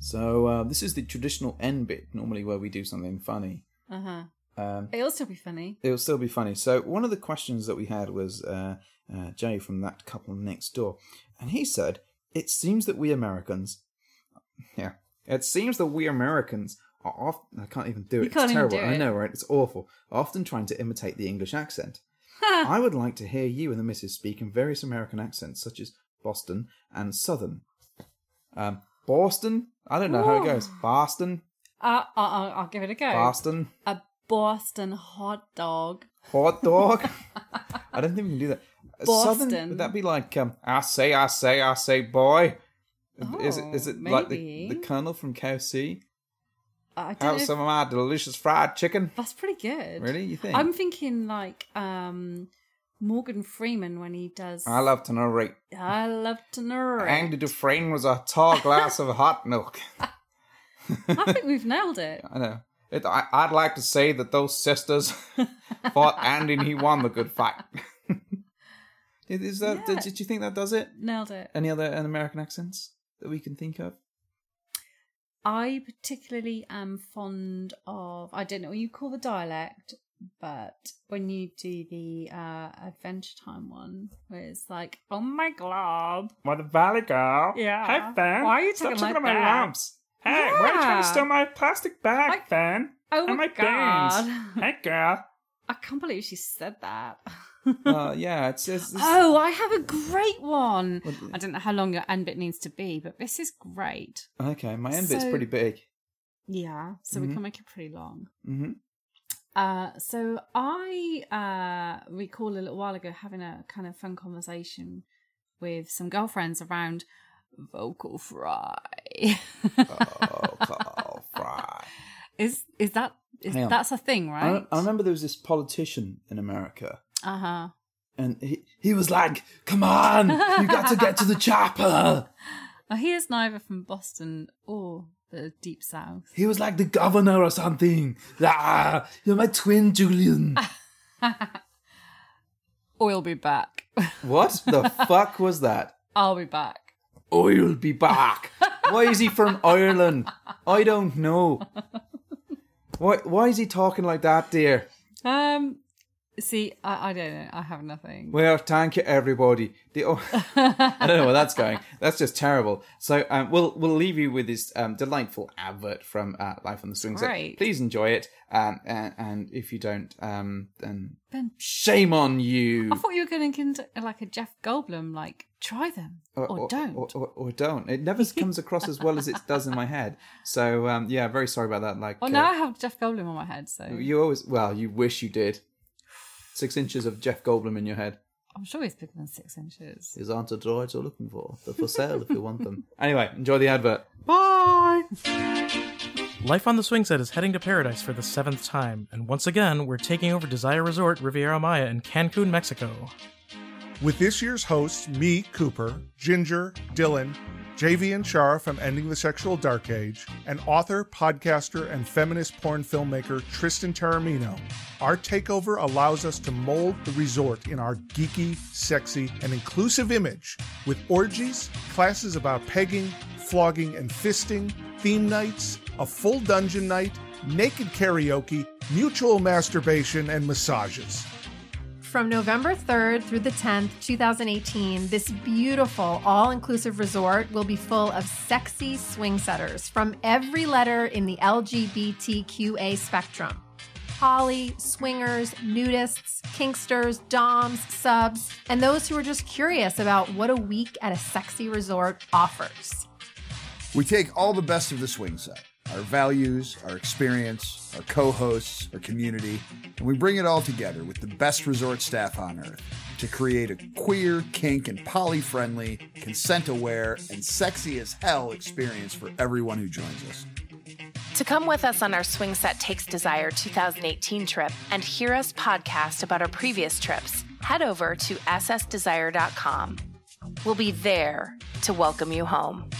So uh, this is the traditional end bit, normally where we do something funny.
Uh huh.
Um,
It'll still be funny.
it'll still be funny. So one of the questions that we had was uh, uh, Jay from that couple next door, and he said, "It seems that we Americans, <laughs> yeah, it seems that we Americans are often I can't even do it.
You can't
it's
even
terrible.
do
I
it.
know, right? It's awful. Often trying to imitate the English
<laughs>
accent. I would like to hear you and the missus speak in various American accents, such as Boston and Southern. Um, Boston. I don't know how it
Ooh.
goes. Boston.
Uh, uh, uh, I'll give it a go.
Boston.
A Boston hot dog.
hot
<laughs>
dog. I don't think we can do that. Southern,
Boston.
would that be like um, I say, I say, I say, boy? is it
Oh,
is it like the,
maybe.
the Colonel from KFC?
I don't know
Have
if-
some of my delicious fried chicken.
That's pretty good.
Really, you think?
I'm thinking like um Morgan Freeman when he does.
I love to narrate.
I love to
Andy
narrate.
Dufresne was a tall glass of hot milk.
I think we've
<laughs>
nailed it.
I know. It, I, I'd like to say that those
<laughs>
sisters fought Andy and he won the good fight. Is- is that?
Yeah.
Did you think that does it?
Nailed it.
Any other uh, American accents that we can think of?
I particularly am fond of. I don't know what you call the dialect, but when you do the uh Adventure Time one, where it's like, "Oh my glob."
What a valley girl.
Yeah.
Hey, Fan.
Why are you
Stop
talking
checking
like
on my
that?
lumps. Hey, why are you trying
Yeah.
to steal my plastic bag,
Like-
Fan?
Oh
and
my
my
God.
beans. <laughs> hey, girl.
I can't believe she said that. <laughs>
Uh, yeah, it's, it's, it's
Oh, I have a great one. I don't know how long your end bit needs to be, but this is great.
okay. My end bit's
So-
pretty big.
Yeah, so we can make it pretty long.
Mm-hmm.
Uh, so I uh, recall a little while ago having a kind of fun conversation with some girlfriends around vocal fry.
<laughs>
<laughs>
Oh, Carl Fry.
is is that is
Hang on. Uh,
that's a thing, right?
I, I remember there was this politician in America,
Uh huh.
and he he was like, "Come on, you got to get to the chopper."
Well, he is neither from Boston or the deep south.
He was like the governor or something. Ah, you're my twin, <laughs> Julian.
I'll be back. <laughs>
what the fuck was that?
I'll be back.
I'll be
<laughs>
back. why is he from Ireland? I don't know. Why why is he talking like that, dear?
Um, see, I, I don't know. I have nothing.
Well, thank you, everybody. The, oh, <laughs> I don't know where that's going. That's just terrible. So um, we'll we'll leave you with this um, delightful advert from uh, Life on the Swing Set.
Great.
Please enjoy it. Um, and, and if you don't, um, then
Ben,
shame on you.
I thought you were going to conduct like a Jeff Goldblum, like try them or, don't.
Uh, Or, or, or don't. It never comes across as well as it does in my head. So um, yeah, very sorry about that. Like,
well,
uh,
now I have Jeff Goldblum on my head, so
You always well, you wish you did. Six inches of Jeff Goldblum in your head
I'm sure he's bigger than six inches.
is aren't a droid you're looking for. They're for sale if you want them. Anyway, enjoy the advert. Bye.
Life on the Swing Set is heading to paradise for the seventh time, and once again, we're taking over Desire Resort Riviera Maya in Cancun, Mexico.
With this year's hosts, me, Cooper, Ginger, Dylan, JV and Shar from Ending the Sexual Dark Age, and author, podcaster, and feminist porn filmmaker Tristan Taramino, our takeover allows us to mold the resort in our geeky, sexy, and inclusive image with orgies, classes about pegging, flogging, and fisting, theme nights, a full dungeon night, naked karaoke, mutual masturbation, and massages.
From November 3rd through the 10th, 2018, this beautiful all inclusive resort will be full of sexy swing setters from every letter in the LGBTQA spectrum poly, swingers, nudists, kinksters, doms, subs, and those who are just curious about what a week at a sexy resort offers.
We take all the best of the swing set our values, our experience, our co hosts, our community, and we bring it all together with the best resort staff on earth to create a queer, kink, and poly friendly, consent aware, and sexy as hell experience for everyone who joins us.
To come with us on our Swing Set Takes Desire 2018 trip and hear us podcast about our previous trips, head over to ssdesire.com. We'll be there to welcome you home.